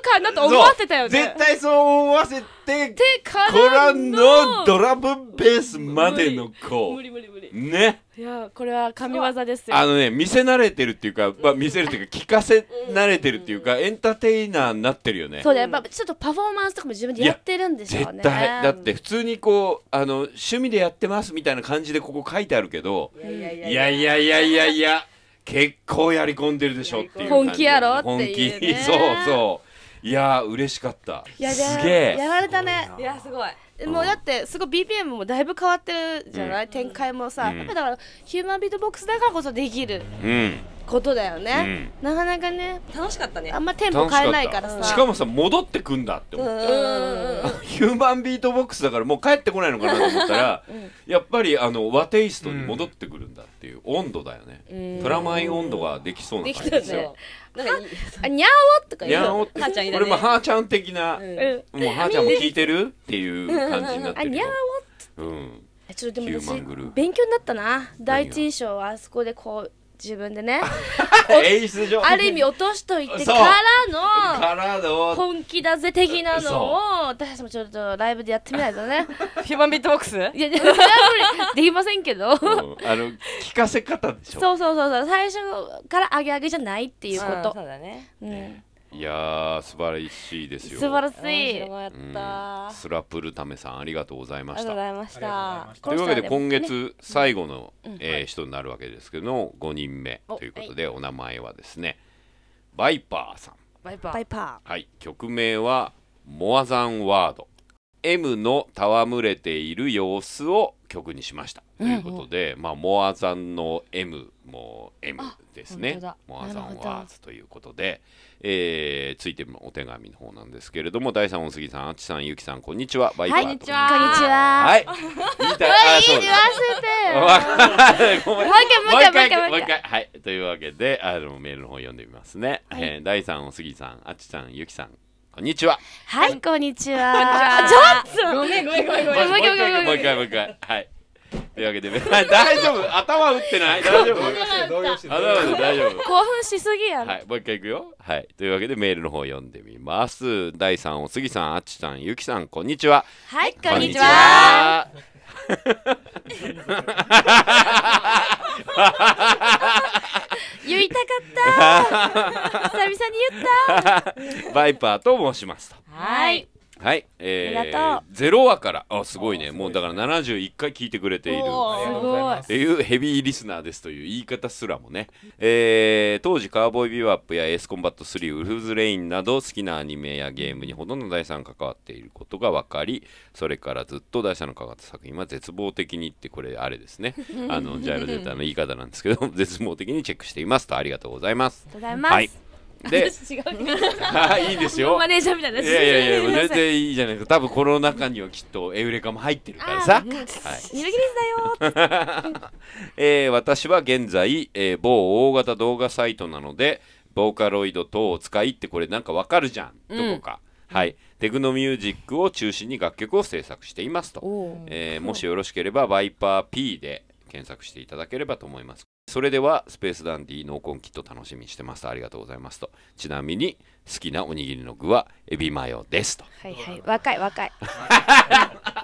Speaker 2: かなと思わせた よ
Speaker 4: そう
Speaker 2: ね
Speaker 4: 絶対そう思わせて
Speaker 2: でから
Speaker 4: コラの
Speaker 2: の
Speaker 4: ドラムベースまでのこ
Speaker 6: 無理無理無理
Speaker 4: うね
Speaker 2: いやこれは神業ですよ
Speaker 4: あのね見せ慣れてるっていうか、まあ、見せるっていうか聞かせ慣れてるっていうかエンターテイナーになってるよね
Speaker 2: そうだやっぱちょっとパフォーマンスとかも自分でやってるんでし
Speaker 4: 絶
Speaker 2: ょうね
Speaker 4: 対だって普通にこうあの趣味でやってますみたいな感じでここ書いてあるけど
Speaker 3: いやいやいや
Speaker 4: いやいやいやいやいや結構やり込んでるでしょっていう感じ
Speaker 2: 本気やろっていうね
Speaker 4: 本気そうそういやー嬉しかった
Speaker 2: いやです
Speaker 4: げえ
Speaker 2: やられたね
Speaker 3: いやすごい
Speaker 2: もうだってすごい BPM もだいぶ変わってるじゃない、展開もさ、
Speaker 4: うん
Speaker 2: やっぱだからヒューマンビートボックスだからこそできる
Speaker 4: うん
Speaker 2: ことだよ
Speaker 4: う
Speaker 2: ね、
Speaker 4: ん
Speaker 2: なかなかね
Speaker 3: 楽しかったね
Speaker 2: あんまテンポ変えないから
Speaker 4: 楽
Speaker 2: さ
Speaker 4: しかもさ戻ってくんだって思って
Speaker 3: うん
Speaker 4: ヒューマンビートボックスだからもう帰ってこないのかなと思ったら、やっぱりあの和テイストに戻ってくるんだっていう温度だよね、プラマイ温度ができそうな感じですよ。
Speaker 3: なんかいい
Speaker 2: あにゃーおとか
Speaker 4: に
Speaker 2: 言う
Speaker 4: ゃ
Speaker 2: の
Speaker 4: おって
Speaker 3: はーちゃんいら
Speaker 4: 俺
Speaker 3: ね
Speaker 4: もはーちゃん的な、
Speaker 2: うん
Speaker 4: もうはーちゃんも聞いてるっていう感じになって
Speaker 2: あ
Speaker 4: る
Speaker 2: にゃ
Speaker 4: よ
Speaker 2: ー、
Speaker 4: うん、
Speaker 2: おちょっと
Speaker 4: ヒ
Speaker 2: で
Speaker 4: ュ
Speaker 2: も
Speaker 4: ーマ
Speaker 2: 私
Speaker 4: ングループ
Speaker 2: 勉強になったな第一印象はあそこでこう自分でね
Speaker 4: 演出上
Speaker 2: ある意味落としとい て
Speaker 4: そう
Speaker 2: からの
Speaker 4: から の
Speaker 2: 本気だぜ的なのを私たちもちょっとライブでやってみないと ね
Speaker 3: ヒューマンビートボックスいや
Speaker 2: いやいやそれは無理できませんけ
Speaker 4: う
Speaker 2: ど
Speaker 4: んあの聞かせ方でしょ
Speaker 2: そうそうそうそう最初から上げ上げじゃないっていうこと
Speaker 3: そうだね
Speaker 2: うん
Speaker 4: いやー素晴らしいですよ
Speaker 2: 素晴らし
Speaker 3: 面
Speaker 2: い
Speaker 3: 白かった
Speaker 4: うん
Speaker 3: あ
Speaker 4: スラプルタメさんありがとうございま
Speaker 3: りが
Speaker 4: し
Speaker 3: と
Speaker 4: た
Speaker 3: うございました
Speaker 4: というわけで今
Speaker 2: ね
Speaker 4: 月最後の、えー人になるわけですけども5人目ということでお名前はですねバイパーさん
Speaker 3: バイバ
Speaker 2: バイパ
Speaker 4: はい曲名は「モアザンワード」M の戯れている様子を曲にしましたということで、まあ、モアザンの M も M ですね
Speaker 6: 本当だ
Speaker 4: モアザン
Speaker 2: なる
Speaker 4: ワー
Speaker 2: ほ
Speaker 4: ズということで、えーついてるお手紙の方なんですけれども第3音杉さんあっちさんゆきさんこんにちはバイパーと
Speaker 6: こんにちは
Speaker 2: ーこんにちは
Speaker 4: はい言いたいあそうですわかんないごめん
Speaker 2: もう一回もう一回
Speaker 4: も
Speaker 2: も
Speaker 4: う
Speaker 2: う
Speaker 4: 一
Speaker 2: 一回
Speaker 4: 回はいというわけであのメールの方読んでみますね、えー第3お杉さんあっちさんゆきさんこんにちは
Speaker 2: はいこんにちはちょっと
Speaker 3: ごめんごめんごめんごめん
Speaker 4: もう一回もう一回もう一回はいというわけで 大丈夫頭打ってない大丈夫
Speaker 1: 動揺してる
Speaker 4: 頭打って大丈夫
Speaker 2: 興奮しすぎやろ
Speaker 4: はい、もう一回いくよ。はい、というわけでメールの方読んでみます。第三おすぎさん、あっちさん、ゆきさん、こんにちは。
Speaker 2: はい
Speaker 4: こ
Speaker 2: こんにちは。 言いたか った久々に言った
Speaker 4: バイパーと申しますと。
Speaker 2: はい
Speaker 4: はい、え
Speaker 2: ありがと
Speaker 4: ゼロ話から、あ、すごいね。もうだから七十一回聞いてくれている。
Speaker 1: あり
Speaker 2: す
Speaker 1: がとうござい
Speaker 2: ごい
Speaker 1: ます
Speaker 4: っていうヘビーリスナーですという言い方すらもね、えー当時カーボーイビバップやエースコンバット3ウルフズレインなど好きなアニメやゲームにほとんど第三関わっていることが分かりそれからずっと第三の関わった作品は絶望的にってこれあれです ねあのジャイロデータの言い方なんですけど絶望的にチェックしていますとありがとうございます
Speaker 2: ありがとうございま
Speaker 4: はい
Speaker 2: す
Speaker 4: で
Speaker 2: 違う
Speaker 4: はいいいですよ
Speaker 2: マネージャーみたいない
Speaker 4: やいやいやもう全然いいじゃないですか多分この中にはきっとエウレカも入ってるからさはい
Speaker 2: ニルギリスだよ
Speaker 4: えー私は現在、えー某大型動画サイトなのでボーカロイド等を使いってこれなんかわかるじゃん、どこかはいテクノミュージックを中心に楽曲を制作していますと、えーもしよろしければバイパー P で検索していただければと思いますそれではスペースダンディノーコンキット楽しみにしてますありがとうございますとちなみに好きなおにぎりの具はエビマヨです と
Speaker 2: はいはい 若い若い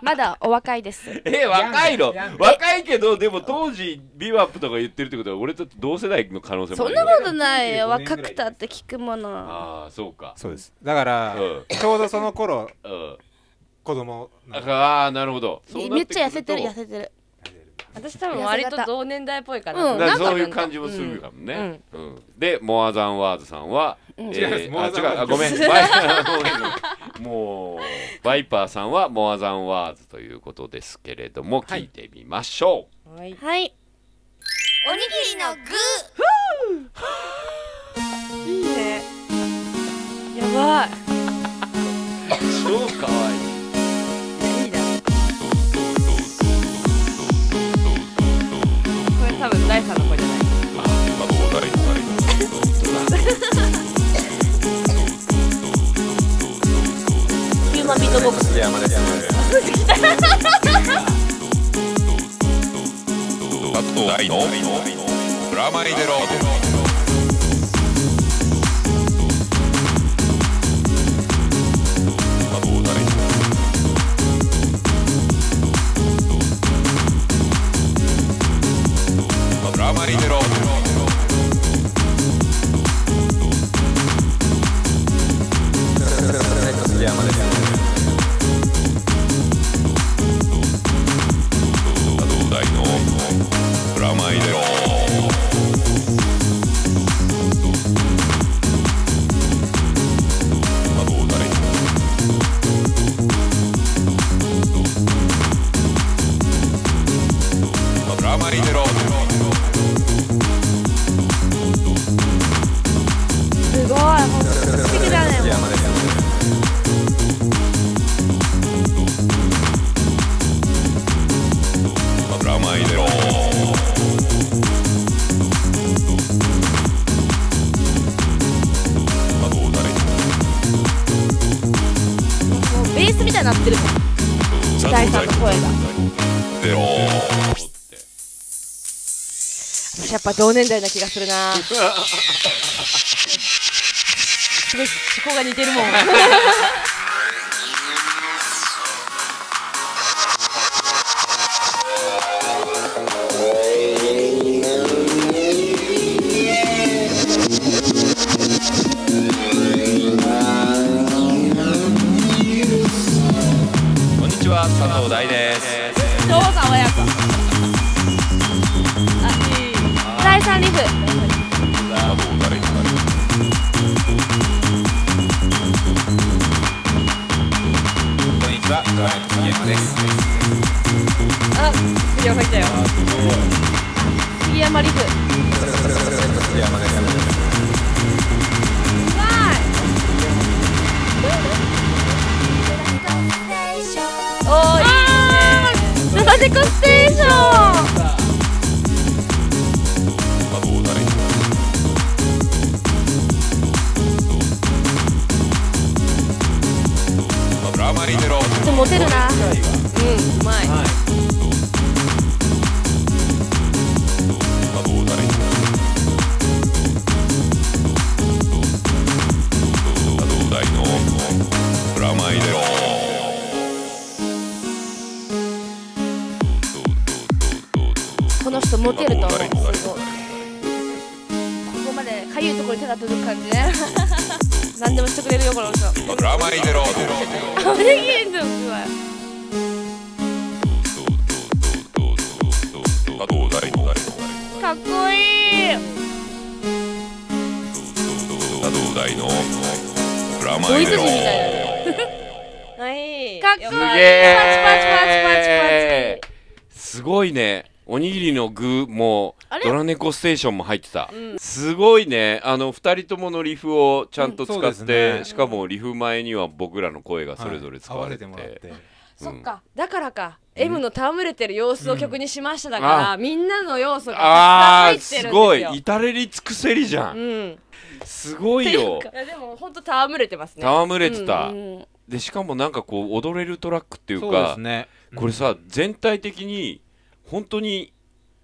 Speaker 2: まだお若いです
Speaker 4: えー若いの若いけどでも当時ビワップとか言ってるってことは俺と同世代の可能性も
Speaker 2: そ
Speaker 4: あ
Speaker 2: ん
Speaker 4: る
Speaker 2: な
Speaker 4: よ
Speaker 2: ことないよ若くたって聞くもの
Speaker 4: ああそうか。
Speaker 1: そうですだから、
Speaker 4: うん
Speaker 1: ちょうどその頃
Speaker 4: うん。
Speaker 1: 子供なの
Speaker 4: ああなるほど。そうな
Speaker 2: めってちゃ痩せてる
Speaker 4: く
Speaker 2: 痩
Speaker 4: と
Speaker 2: せてる
Speaker 3: 私多分割と同年代っぽいかな、
Speaker 2: うん
Speaker 4: だから
Speaker 2: なんか
Speaker 4: そういう感じもするかもね。うん。でモアザンワーズさんは、えー
Speaker 1: 違います
Speaker 4: あ違うあごめん。 バイもうバイパーさんはモアザンワーズということですけれども聞いてみましょう。
Speaker 3: はい
Speaker 2: はい
Speaker 10: おにぎりの具
Speaker 3: いいねやばい
Speaker 4: 超可愛い
Speaker 3: いいなこれ多分第三の子じゃない
Speaker 2: ヒューマンビートボックス
Speaker 11: 山です
Speaker 12: あと大のプラマイデロプラマイデロ
Speaker 11: 山です
Speaker 12: あと大のプラマイデロプラマイデロ
Speaker 3: すごい素敵だね
Speaker 11: 山です
Speaker 12: プラマイデロ
Speaker 2: もうベースみたいになってるもん第三の声が
Speaker 12: デロ
Speaker 3: 私やっぱ同年代な気がするなすごい思考が似てるもん
Speaker 12: こんにちは佐藤大です
Speaker 3: 超爽やか
Speaker 2: 第三リフ
Speaker 11: こんにちはドラえもん杉山です
Speaker 3: あ杉山入ったよ
Speaker 5: 杉山リフ
Speaker 11: 杉山です
Speaker 3: おーいいねナタデコステーション
Speaker 12: プラマイデロ
Speaker 2: ちょっとモテるな
Speaker 3: うんうまい
Speaker 12: 大のプラマイデロ
Speaker 2: この人モテると思うすごいここまでかゆいところに手が届く感じね何でもしてくれるよこの人
Speaker 12: プラマイデロ
Speaker 2: おにぎりの具は
Speaker 12: 大の
Speaker 2: かっこいい
Speaker 12: 大のプラマイデロ
Speaker 3: はい
Speaker 2: かっこいい
Speaker 4: すげーすごいねおにぎりの具もドラネコステーションも入ってた、
Speaker 3: うん
Speaker 4: すごいねあの2人とものリフをちゃんと使
Speaker 7: うんそう
Speaker 4: っ
Speaker 7: です
Speaker 4: て、
Speaker 7: ね
Speaker 4: しかもリフ前には僕らの声がそれぞれ使われて,、
Speaker 7: はい合わせても
Speaker 4: そ
Speaker 3: そっかだからか M の戯れてる様子を曲にしましただか
Speaker 4: あ
Speaker 3: らみんなの要素が
Speaker 4: あ
Speaker 3: た
Speaker 4: ー
Speaker 3: くさん入って
Speaker 4: す
Speaker 3: るんですよ
Speaker 4: ごい至れり尽くせりじゃん、
Speaker 3: うん
Speaker 4: すごいよ
Speaker 3: っていうかやでも本当戯れてますね
Speaker 4: 戯れてた、
Speaker 3: うんうん
Speaker 4: でしかもなんかこう踊れるトラックっていうか
Speaker 7: そうですね
Speaker 4: これさ全体的に本当に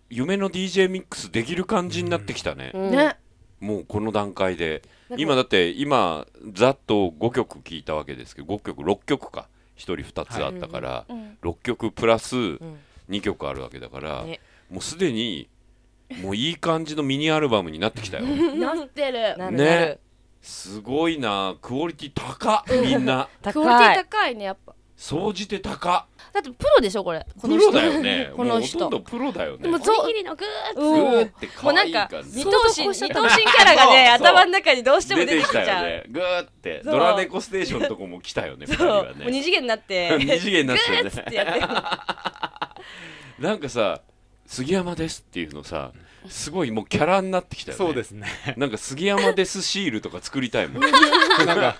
Speaker 4: 夢の DJ ミックスできる感じになってきたね、
Speaker 2: うんね
Speaker 4: もうこの段階で
Speaker 2: なんか
Speaker 4: 今だって今ざっと5曲聴いたわけですけど5曲6曲か1人2つあったから、
Speaker 2: うんうん
Speaker 4: 6曲プラス
Speaker 2: ん
Speaker 4: 2曲あるわけだから、
Speaker 2: ね
Speaker 4: もうすでにもういい感じのミニアルバムになって きたよ。
Speaker 2: なってる
Speaker 4: ねすごいなクオリティ高っみんな
Speaker 2: クオリティ高いねやっぱ
Speaker 4: 総じて高っ
Speaker 2: だってプロでしょこれこ
Speaker 4: プ
Speaker 2: の
Speaker 4: ロ
Speaker 2: 人
Speaker 4: だよ ね
Speaker 2: この
Speaker 4: もうほ
Speaker 2: 人
Speaker 4: とんどプロだよね
Speaker 2: でもおにぎりのグ
Speaker 4: グ
Speaker 2: ー
Speaker 4: ー
Speaker 2: ッ
Speaker 4: って可
Speaker 3: もうな
Speaker 4: 愛
Speaker 3: ん
Speaker 4: い感
Speaker 3: か
Speaker 4: じ
Speaker 3: 二頭身
Speaker 2: 相当こうしちゃった
Speaker 3: 二頭身キャラがね
Speaker 4: そうそう
Speaker 3: 頭の中にどうしても出
Speaker 4: 出
Speaker 3: て
Speaker 4: てき
Speaker 3: きち
Speaker 4: たよ
Speaker 3: ゃう
Speaker 4: ねグーって
Speaker 3: そう
Speaker 4: ドラ猫ステーションのとこも来たよね二人
Speaker 3: そう
Speaker 4: は
Speaker 3: もう二
Speaker 4: ね
Speaker 3: 次元になっ て
Speaker 4: 二次元になってたよね
Speaker 3: グーッつってやってる
Speaker 4: なんかさ「杉山です」っていうのさすごいもうキャラになってきたよね
Speaker 1: そうですね
Speaker 4: なんか杉山ですシールとか作りたいもん
Speaker 1: なんか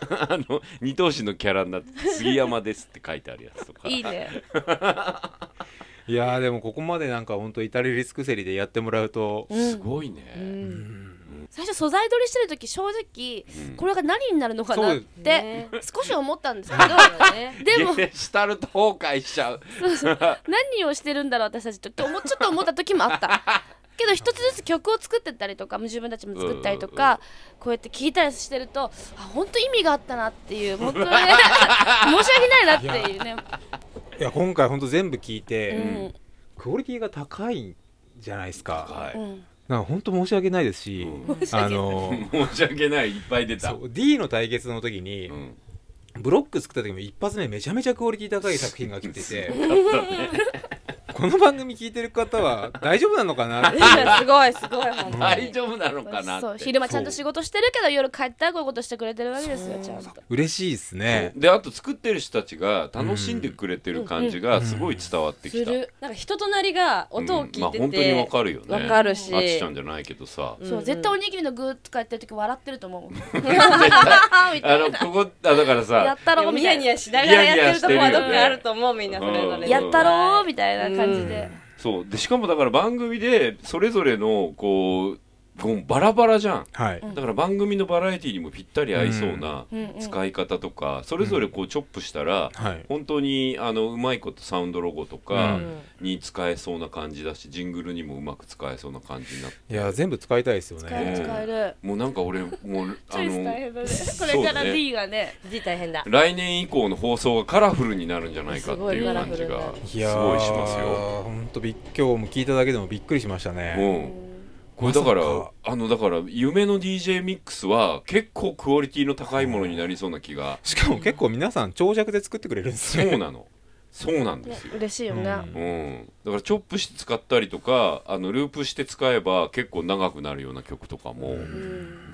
Speaker 4: あの二頭身のキャラになって杉山ですって書いてあるやつとか
Speaker 6: いいね
Speaker 1: いやーでもここまでなんか本当至れり尽くせりでやってもらうと
Speaker 4: すごいね、
Speaker 2: 最初素材取りしてる時正直これが何になるのかな
Speaker 1: そ
Speaker 2: っ
Speaker 1: う
Speaker 2: て少し思ったんですけどで
Speaker 4: で
Speaker 2: も
Speaker 4: もシュタルト崩壊しちゃう
Speaker 2: そうそう何をしてるんだろう私たちとって思ちょっと思った時もあ ったけど一つずつ曲を作ってったりとか自分たちも作ったりとかこうやって聴いたりしてるとあ本当意味があったなっていう本当ね 申し訳ないなっていうね
Speaker 1: いや今回本当全部聞いて、
Speaker 2: うん
Speaker 1: クオリティが高いんじゃないですか、
Speaker 2: うん
Speaker 1: なんか本当申し訳ないですし、
Speaker 4: 申し訳ない
Speaker 1: あの
Speaker 4: 申し訳ないいっぱい出た
Speaker 1: そう D の対決の時に、ブロック作った時も一発目めちゃめちゃクオリティ高い作品が来ててこの番組聞いてる方は大丈夫なのかなっていう
Speaker 3: すごいすごい本当に
Speaker 4: 大丈夫なのかなって
Speaker 2: そう昼間ちゃんと仕事してるけど夜帰ったらこういうことしてくれてるわけですよちゃんと
Speaker 1: 嬉しいですね
Speaker 4: であと作ってる人たちが楽しんでくれてる感じがすごい伝わってき
Speaker 3: す
Speaker 4: た、
Speaker 3: るなんか人となりが音を聞いてて、
Speaker 4: まあ本当にわかるよね
Speaker 3: わかるし
Speaker 4: あちちゃんじゃないけどさ、
Speaker 2: そう、絶対おにぎりの具とかやってる時笑ってると思うもんみた
Speaker 4: あ
Speaker 2: いな
Speaker 4: のここあだから
Speaker 2: や
Speaker 4: さ
Speaker 2: ったろ
Speaker 3: で
Speaker 2: う
Speaker 3: も
Speaker 2: み
Speaker 3: ニ
Speaker 2: た
Speaker 3: ヤ
Speaker 2: いな
Speaker 3: ニヤしながらやってるとこは
Speaker 4: ニヤニヤしてるよね
Speaker 3: どっかあると思うみんなそれぞれね
Speaker 2: やったろうみたいな感じで、
Speaker 4: そうでしかもだから番組でそれぞれのこうこうバラバラじゃん、
Speaker 1: はい
Speaker 4: だから番組のバラエティにもぴったり合いそうな
Speaker 12: うんうんうん
Speaker 4: 使い方とかそれぞれこうチョップしたら
Speaker 1: はい
Speaker 4: 本当にあのうまいことサウンドロゴとか
Speaker 1: うん
Speaker 4: に使えそうな感じだしジングルにもうまく使えそうな感じになって
Speaker 1: いや全部使いたいですよね
Speaker 4: ええ
Speaker 2: 使える
Speaker 4: もうなんか俺もうあ
Speaker 2: チョイス大変だねこれから D がね
Speaker 3: D 大変だ
Speaker 4: 来年以降の放送がカラフルになるんじゃないかっていう感じがす
Speaker 1: いや
Speaker 4: ごいしますよ。
Speaker 1: 本当びっ今日も聞いただけでもびっくりしましたね
Speaker 4: これだから、あのだから夢の DJ ミックスは結構クオリティの高いものになりそうな気が
Speaker 1: しかも結構皆さん長尺で作ってくれるんですね
Speaker 4: そうなのそうなんですよ、
Speaker 2: 嬉しいよね、
Speaker 4: うん、だからチョップして使ったりとかあのループして使えば結構長くなるような曲とかも、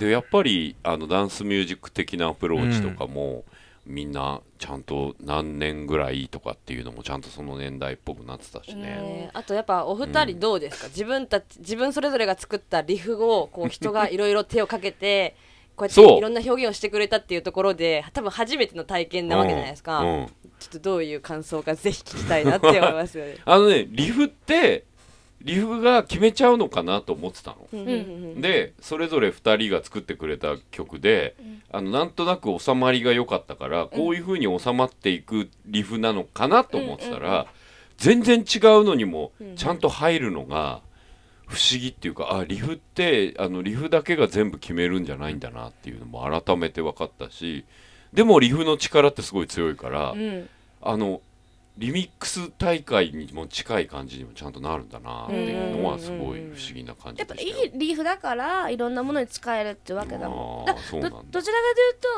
Speaker 4: でやっぱりあのダンスミュージック的なアプローチとかも、みんなちゃんと何年ぐらいとかっていうのもちゃんとその年代っぽくなってたしね、
Speaker 3: あとやっぱお二人どうですか、自分たち自分それぞれが作ったリフをこう人がいろいろ手をかけて こうやっ
Speaker 4: そう
Speaker 3: ていろんな表現をしてくれたっていうところで多分初めての体験なわけじゃないですか、
Speaker 4: うんうん
Speaker 3: ちょっとどういう感想かぜひ聞きたいなって思いますよ ね
Speaker 4: あのねリフってリフが決めちゃうのかなと思ってたの、
Speaker 3: うんうんうん
Speaker 4: でそれぞれ2人が作ってくれた曲で、あのなんとなく収まりが良かったから、こういう風に収まっていくリフなのかなと思ってたら、全然違うのにも
Speaker 12: うん
Speaker 4: ちゃんと入るのが不思議っていうかあリフってあのリフだけが全部決めるんじゃないんだなっていうのも改めて分かったしでもリフの力ってすごい強いから、
Speaker 12: うん
Speaker 4: あのリミックス大会にも近い感じにもちゃんとなるんだなっていうのはすごい不思議な感じで
Speaker 2: いいリーフだからいろんなものに使えるってわけだもん
Speaker 4: あー
Speaker 2: だ
Speaker 4: そうなんだ
Speaker 2: どどちら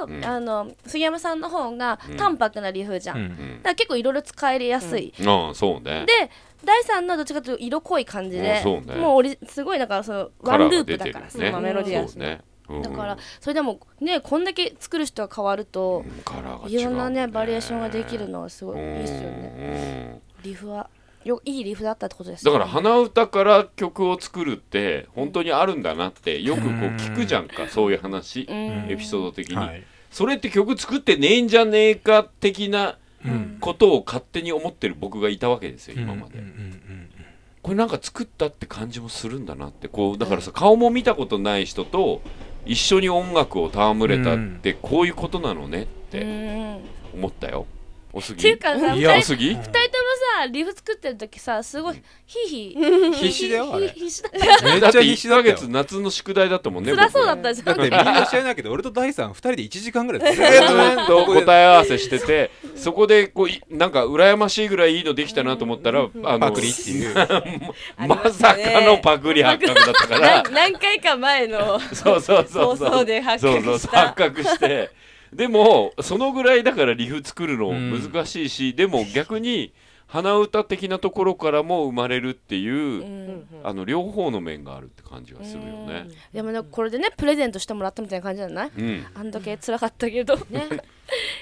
Speaker 2: かという
Speaker 4: う
Speaker 2: と、
Speaker 4: ん
Speaker 2: あの杉山さんの方が
Speaker 4: うん
Speaker 2: 淡白なリーフじゃん、
Speaker 4: うんうん
Speaker 2: だから結構いろいろ使いやすい、
Speaker 4: ああそうね
Speaker 2: で第3のどっちかというと色濃い感じで
Speaker 4: うんそうね
Speaker 2: もうオリすごいだからそのワ
Speaker 4: カラ
Speaker 2: ン
Speaker 4: ー
Speaker 2: ル
Speaker 4: が
Speaker 2: ープ
Speaker 4: 出て
Speaker 2: だ
Speaker 4: る
Speaker 2: から
Speaker 4: ね
Speaker 2: そうメロディアス
Speaker 4: そうねうん
Speaker 2: だからそれでもねこんだけ作る人が変わるといろんなねバリエーションができるのはすごいいいですよね
Speaker 4: うん
Speaker 2: リーフはよいいリーフだったってことです
Speaker 4: だ
Speaker 2: よ
Speaker 4: から鼻歌から曲を作るって本当にあるんだなってよくこう聞くじゃんかそういう話
Speaker 2: うん
Speaker 4: エピソード的に、
Speaker 1: はい
Speaker 4: それって曲作ってねえんじゃねえか的なことを勝手に思ってる僕がいたわけですよ今まで、これなんか作ったって感じもするんだなってこうだからさ顔も見たことない人と一緒に音楽を戯れたってこういうことなのねって
Speaker 2: うん
Speaker 4: 思ったよおすぎ
Speaker 2: っていうかさ、
Speaker 4: い
Speaker 2: 二
Speaker 4: やお
Speaker 2: 人
Speaker 4: す
Speaker 2: 二
Speaker 4: ぎ
Speaker 2: 人ともさ、リフ作ってる時さ、すごいヒーヒー
Speaker 1: 必死だよあれ
Speaker 2: 必死だ
Speaker 4: め
Speaker 1: め
Speaker 4: っ
Speaker 1: っ
Speaker 4: ち
Speaker 1: ち
Speaker 4: ゃ
Speaker 1: ゃ
Speaker 4: 必
Speaker 1: 必
Speaker 4: 死
Speaker 1: 死
Speaker 4: だ
Speaker 1: だ
Speaker 4: った
Speaker 1: ったよ
Speaker 4: よ1ヶ月夏の宿題だったもんね
Speaker 2: 辛そうだったじゃ
Speaker 1: だ
Speaker 2: ん。
Speaker 1: ってみんな知らないけど俺と大さん2人で1時間ぐらいず
Speaker 4: ず
Speaker 1: ー
Speaker 4: ー
Speaker 1: っと
Speaker 4: っと
Speaker 1: ここで
Speaker 4: 答え合わせしててそこでこういなんか羨ましいぐらいいいのできたなと思ったらあの
Speaker 1: パクリっていう
Speaker 4: まさかのパクリ発覚だったから
Speaker 3: な何回か前の
Speaker 4: そうそうそうそう
Speaker 3: 放送で発覚した
Speaker 4: そうそう発覚してでもそのぐらいだからリフ作るの難しいし、でも逆に鼻歌的なところからも生まれるっていう、あの両方の面があるって感じがするよね。
Speaker 2: でもね、これでね、プレゼントしてもらったみたいな感じじゃない
Speaker 4: うん
Speaker 2: あんだけ辛かったけど、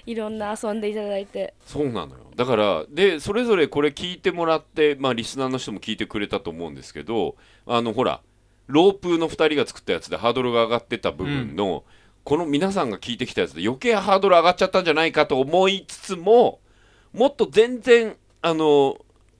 Speaker 2: いろんな遊んでいただいて。
Speaker 4: そうなのよだからでそれぞれこれ聞いてもらって、まあ、リスナーの人も聞いてくれたと思うんですけどあのほらロープの2人が作ったやつでハードルが上がってた部分の、この皆さんが聞いてきたやつで余計ハードル上がっちゃったんじゃないかと思いつつももっと全然あの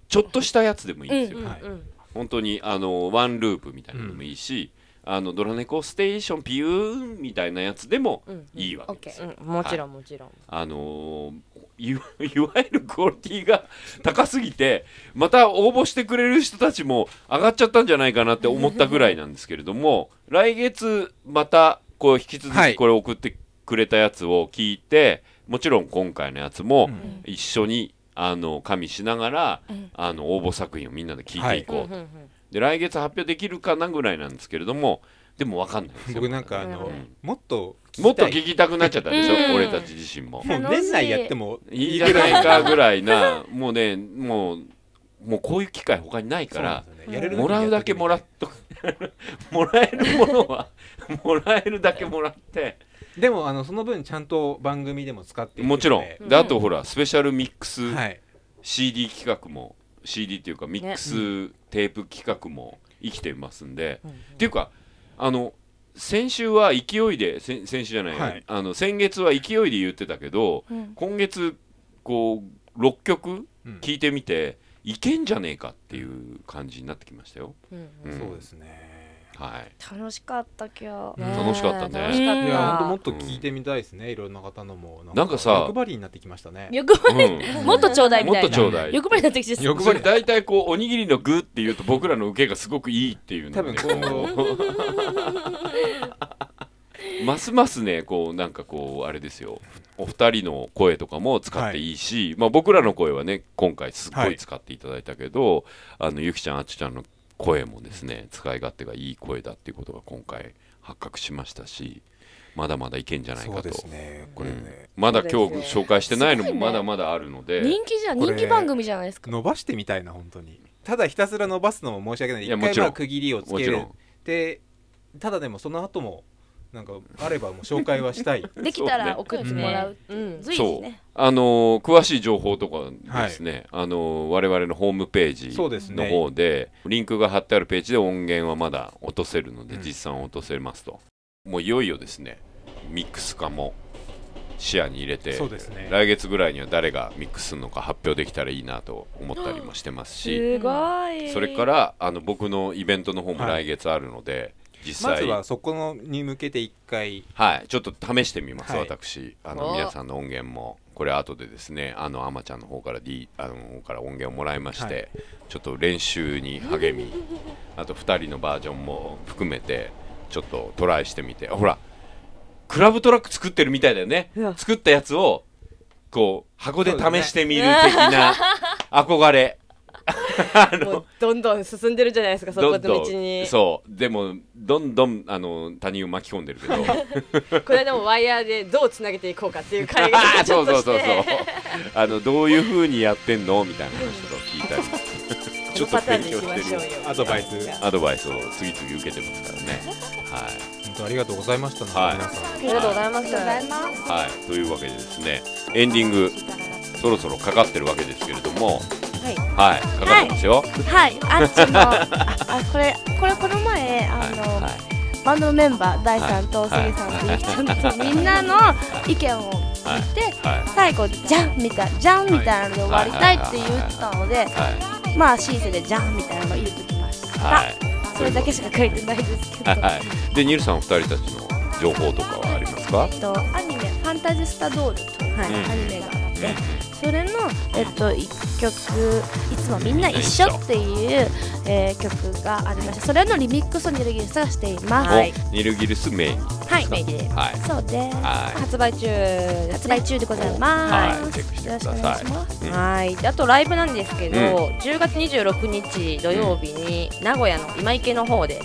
Speaker 4: ちょっとしたやつでもいいんですよ、
Speaker 3: うんうんうん
Speaker 4: 本当にあのワンループみたいなのもいいし、あのドラネコステーションピューンみたいなやつでもいいわけ
Speaker 3: オッケー、うん、もちろ
Speaker 4: は
Speaker 3: んもちろん、
Speaker 4: あのーいわ いわゆるクオリティが高すぎてまた応募してくれる人たちも上がっちゃったんじゃないかなって思ったぐらいなんですけれども来月またこう引き続きこれ送ってくれたやつを聞いて、もちろん今回のやつも一緒にあの加味しながら、あの応募作品をみんなで聞いていこうと、
Speaker 1: はいうん
Speaker 4: で来月発表できるかなぐらいなんですけれどもでも分かんないですよ
Speaker 1: 僕なんかあの、もっと
Speaker 4: もっと聞きたくなっちゃったでしょ、
Speaker 1: うん
Speaker 4: 俺たち自身も。
Speaker 1: もう年内やっても
Speaker 4: いいじゃないかぐらいな、もうね、もう、もうこういう機会他にないから
Speaker 1: そうなんですよねやれる、時に
Speaker 4: もらうだけもらっとく、 もらえるものは、もらえるだけもらって。
Speaker 1: でもあのその分ちゃんと番組でも使っていく
Speaker 4: もちろん
Speaker 1: で。
Speaker 4: で、あとほら、スペシャルミックス CD 企画も、CD っていうかミックステープ企画も生きてますんで、っていうか、あの、先週は勢いで、先先週じゃない、
Speaker 1: はい
Speaker 4: あの先月は勢いで言ってたけど、
Speaker 1: うん
Speaker 4: 今月こう6曲
Speaker 1: うん
Speaker 4: 聴いてみて、いけんじゃねえかっていう感じになってきましたよ、
Speaker 2: うん
Speaker 1: そうですね
Speaker 4: はい
Speaker 2: 楽しかった今日
Speaker 4: 楽しかったね
Speaker 1: い
Speaker 4: うん
Speaker 1: や本当もっと聞いてみたいですね、いろんな方のも
Speaker 4: なんかさ
Speaker 1: 欲張りになってきましたね
Speaker 2: 欲張り、もっとちょうだいみたい
Speaker 4: も
Speaker 2: な
Speaker 4: っとちょうだい
Speaker 2: 欲張りになってきて
Speaker 4: 欲張り大体こうおにぎりの具っていうと僕らの受けがすごくいいっていうので
Speaker 1: 多 分今後
Speaker 4: ますますねこうなんかこうあれですよお二人の声とかも使っていいし、まあ、僕らの声はね今回すっごい使っていただいたけど、あのゆきちゃんあっちちゃんの声もですね使い勝手がいい声だっていうことが今回発覚しましたしまだまだいけんじゃないかとこれ、うんまだ今日紹介してないのもまだまだあるので
Speaker 2: 人気じゃん人気番組じゃないですか
Speaker 1: 伸ばしてみたいな本当にただひたすら伸ばすのも申し訳ない
Speaker 4: い
Speaker 1: 一
Speaker 4: や
Speaker 1: 回
Speaker 4: もちろん
Speaker 1: は区切りをつけ
Speaker 4: もちろ
Speaker 1: る
Speaker 4: ん
Speaker 1: でただでもその後もなんかあればもう紹介はした い
Speaker 2: できたらお靴もらうっていう
Speaker 3: うん
Speaker 2: 随
Speaker 4: そ
Speaker 2: 時
Speaker 4: う
Speaker 2: ね、
Speaker 4: あのー詳しい情報とかですね、あのー我々のホームペー
Speaker 1: そうです
Speaker 4: ジの
Speaker 1: ね
Speaker 4: 方でリンクが貼ってあるページで音源はまだ落とせるので、実際落とせますともういよいよですねミックス化も視野に入れて、
Speaker 1: そうですね
Speaker 4: 来月ぐらいには誰がミックスするのか発表できたらいいなと思ったりもしてますし
Speaker 2: すごい
Speaker 4: それからあの僕のイベントの方も
Speaker 1: は
Speaker 4: 来
Speaker 1: い
Speaker 4: 月あるので、実
Speaker 1: まず
Speaker 4: 際
Speaker 1: はそこのに向けて一回
Speaker 4: はい、ちょっと試してみます、
Speaker 1: はい
Speaker 4: 私あ
Speaker 1: お
Speaker 4: の皆さんの音源もこれ後でですねあのあまちゃんの方から D あの方から音源をもらいまして、
Speaker 1: はい
Speaker 4: ちょっと練習に励みあと2人のバージョンも含めてちょっとトライしてみてあほらクラブトラック作ってるみたいだよね作ったやつをこう箱で試してみる的な憧れ、
Speaker 3: もうどんどん進んでるじゃないですかそこ
Speaker 4: ど
Speaker 3: の
Speaker 4: んど
Speaker 3: 道
Speaker 4: ん
Speaker 3: に
Speaker 4: そうでもどんどんあの他人を巻き込んでるけど
Speaker 3: これでもワイヤーでどうつなげていこうかっていう会議
Speaker 4: あ
Speaker 3: を
Speaker 4: ー
Speaker 3: ちょっとして
Speaker 4: そうそうそうそうあのどういう風にやってんのみたいな話とか聞いたり ち ょっと勉強
Speaker 1: このパターンにし
Speaker 4: し
Speaker 1: ましょ
Speaker 4: て
Speaker 1: う
Speaker 4: る
Speaker 1: よアドバイス
Speaker 4: アドバイスを次々受けてますからねはい
Speaker 1: 本当ありがとうございましたね、
Speaker 4: はい
Speaker 1: 皆さん
Speaker 3: ありがとうございました
Speaker 4: はいというわけでですねエンディングそろそろかかってるわけですけれども
Speaker 5: は
Speaker 4: は
Speaker 5: い
Speaker 4: いかかってますよ
Speaker 5: はいあっち のああこれこれこの前あの、バンドのメンバー大さんと杉さんとゆきちゃんとみんなの意見を
Speaker 4: はい
Speaker 5: 言って
Speaker 4: はい
Speaker 5: 最後じゃんみたいじゃんみたいなので終わりたいって言ったので
Speaker 4: は
Speaker 5: まあシーセでじゃんみたいなのを入れときました、
Speaker 4: はい
Speaker 5: それだけしか書いてないですけど
Speaker 4: いはいでニルさんお二人たちの情報とかはありますか
Speaker 5: えっとアニメ「ファンタジスタドール」という
Speaker 4: うん
Speaker 5: アニメがあって、それの、えっと、1曲「いつもみんな一緒」っていう、えー曲がありましてそれのリミックスをニルギリスがしています
Speaker 4: おニルギルスメイン
Speaker 5: はいメイです
Speaker 4: はい
Speaker 5: そうです
Speaker 4: はい
Speaker 5: 発売中発売中でございます、
Speaker 4: はいチェックしてくだ
Speaker 5: よろしくお願い
Speaker 4: さ
Speaker 5: し
Speaker 4: い
Speaker 5: ます
Speaker 4: うん
Speaker 3: はいであとライブなんですけど、
Speaker 4: う
Speaker 3: 10月26日土曜日に名古屋の今池の方で、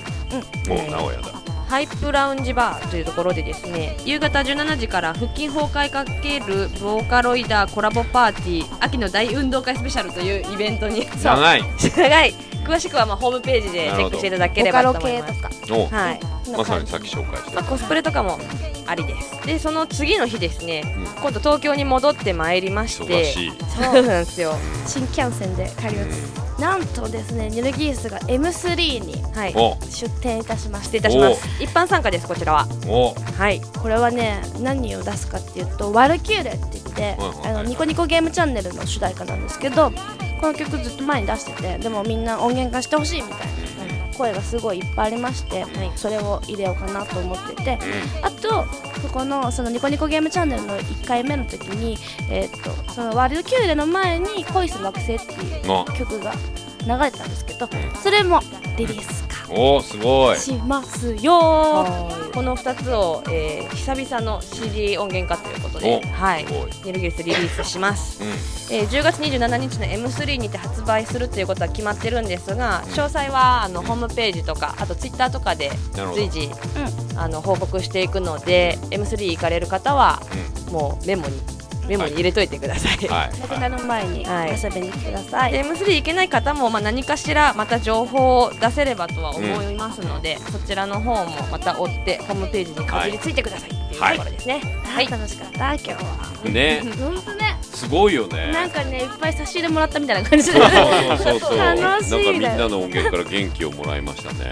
Speaker 4: もう名古屋だ
Speaker 3: ハイプラウンジバーというところでですね夕方17時から腹筋崩壊かけるボーカロイダーコラボパーティー秋の大運動会スペシャルというイベントにそう
Speaker 4: 長い
Speaker 3: 長い詳しくはまあホームページでチェックしていただければと思います
Speaker 4: お
Speaker 3: はい
Speaker 4: まさにさっき紹介した
Speaker 3: まあ、コスプレとかもありですでその次の日ですね、
Speaker 4: うん
Speaker 3: 今度東京に戻ってまいりまし
Speaker 4: 忙
Speaker 3: て
Speaker 4: しい
Speaker 3: そうなんですよ
Speaker 5: 新幹線で帰りますなんとですねニルギリスが M3 に
Speaker 2: はい
Speaker 4: お、
Speaker 2: 出展いたします。
Speaker 3: 出いたします一般参加ですこちらは
Speaker 4: お
Speaker 3: はい
Speaker 2: これはね何を出すかっていうと「ワルキューレ」って言って、
Speaker 3: うん
Speaker 2: あのニコニコゲームチャンネルの主題歌なんですけどこの曲ずっと前に出しててでもみんな音源化してほしいみたいな声がすごいいっぱいありまして、それを入れようかなと思ってて、あとそこのそのニコニコゲームチャンネルの1回目の時に「えー、とそのワルキューレ」の前に「恋する惑星」っていう
Speaker 4: あ
Speaker 2: 曲が流れてたんですけどそれもリリース
Speaker 4: おおすごい
Speaker 2: しますよ
Speaker 3: この2つを、えー久々の CD 音源化ということで
Speaker 4: お、
Speaker 3: はい
Speaker 4: すごい、
Speaker 3: ニルギリスリリースします、
Speaker 4: うん
Speaker 3: えー10月27日の M3 にて発売するということは決まってるんですが詳細はあのホームページとかあとツイッターとかで
Speaker 4: なるほど
Speaker 3: 随時、あの報告していくので M3 行かれる方はもうメモにメモに入れといてください、
Speaker 4: はい
Speaker 2: なくなる前に遊びに来てください、
Speaker 3: で M3 行けない方も、まあ、何かしらまた情報を出せればとは思いますので、そちらの方もまた追ってホームページにかじりついてくださいっていうと
Speaker 4: はい
Speaker 3: ころですね。
Speaker 2: はい、楽しかった今日は
Speaker 4: ね
Speaker 2: 本当ね
Speaker 4: すごいよね
Speaker 2: なんかねいっぱい差し入れもらったみたいな感 じで
Speaker 4: そうそうそうそう
Speaker 2: 楽しい
Speaker 4: なんかみん
Speaker 2: だ
Speaker 4: な
Speaker 2: よ
Speaker 4: の音源から元気をもらいましたね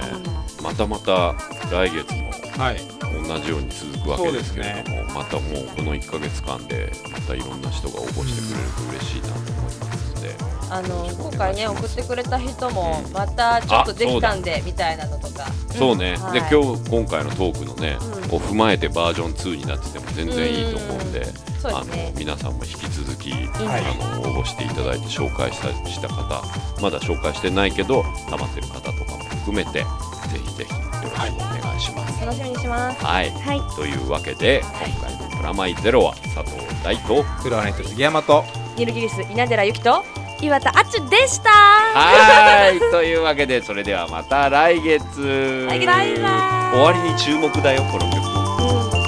Speaker 4: またまた来月も同じように続くわけですけれども、またもうこの1か月間でまたいろんな人が応募してくれると嬉しいなと思いますので、
Speaker 3: あの今回ね送ってくれた人もまたちょっとできたんでみたいなのとか
Speaker 4: そうね、
Speaker 3: ん
Speaker 4: で
Speaker 3: はい
Speaker 4: 今日今回のトークのね、
Speaker 3: うん
Speaker 4: を踏まえてバージョン2になってても全然いいと思うんで,、
Speaker 3: そうで
Speaker 4: あ
Speaker 3: すね
Speaker 4: の皆さんも引き続き、
Speaker 3: はい
Speaker 4: あの応募していただいて紹介したした方まだ紹介してないけど溜まってる方とかも含めてぜひぜひよろしくお願いします。
Speaker 3: 楽しみにします
Speaker 4: はい、
Speaker 3: はい
Speaker 4: というわけで今回の「プラマイゼロ」は佐藤大と
Speaker 1: プラネット杉山と
Speaker 3: ニルギリス稲寺由紀と
Speaker 2: 岩田あっちでした
Speaker 4: はーいというわけでそれではまた来月
Speaker 2: 来月バイバイ
Speaker 4: 終わりに注目だよこの曲。
Speaker 2: うん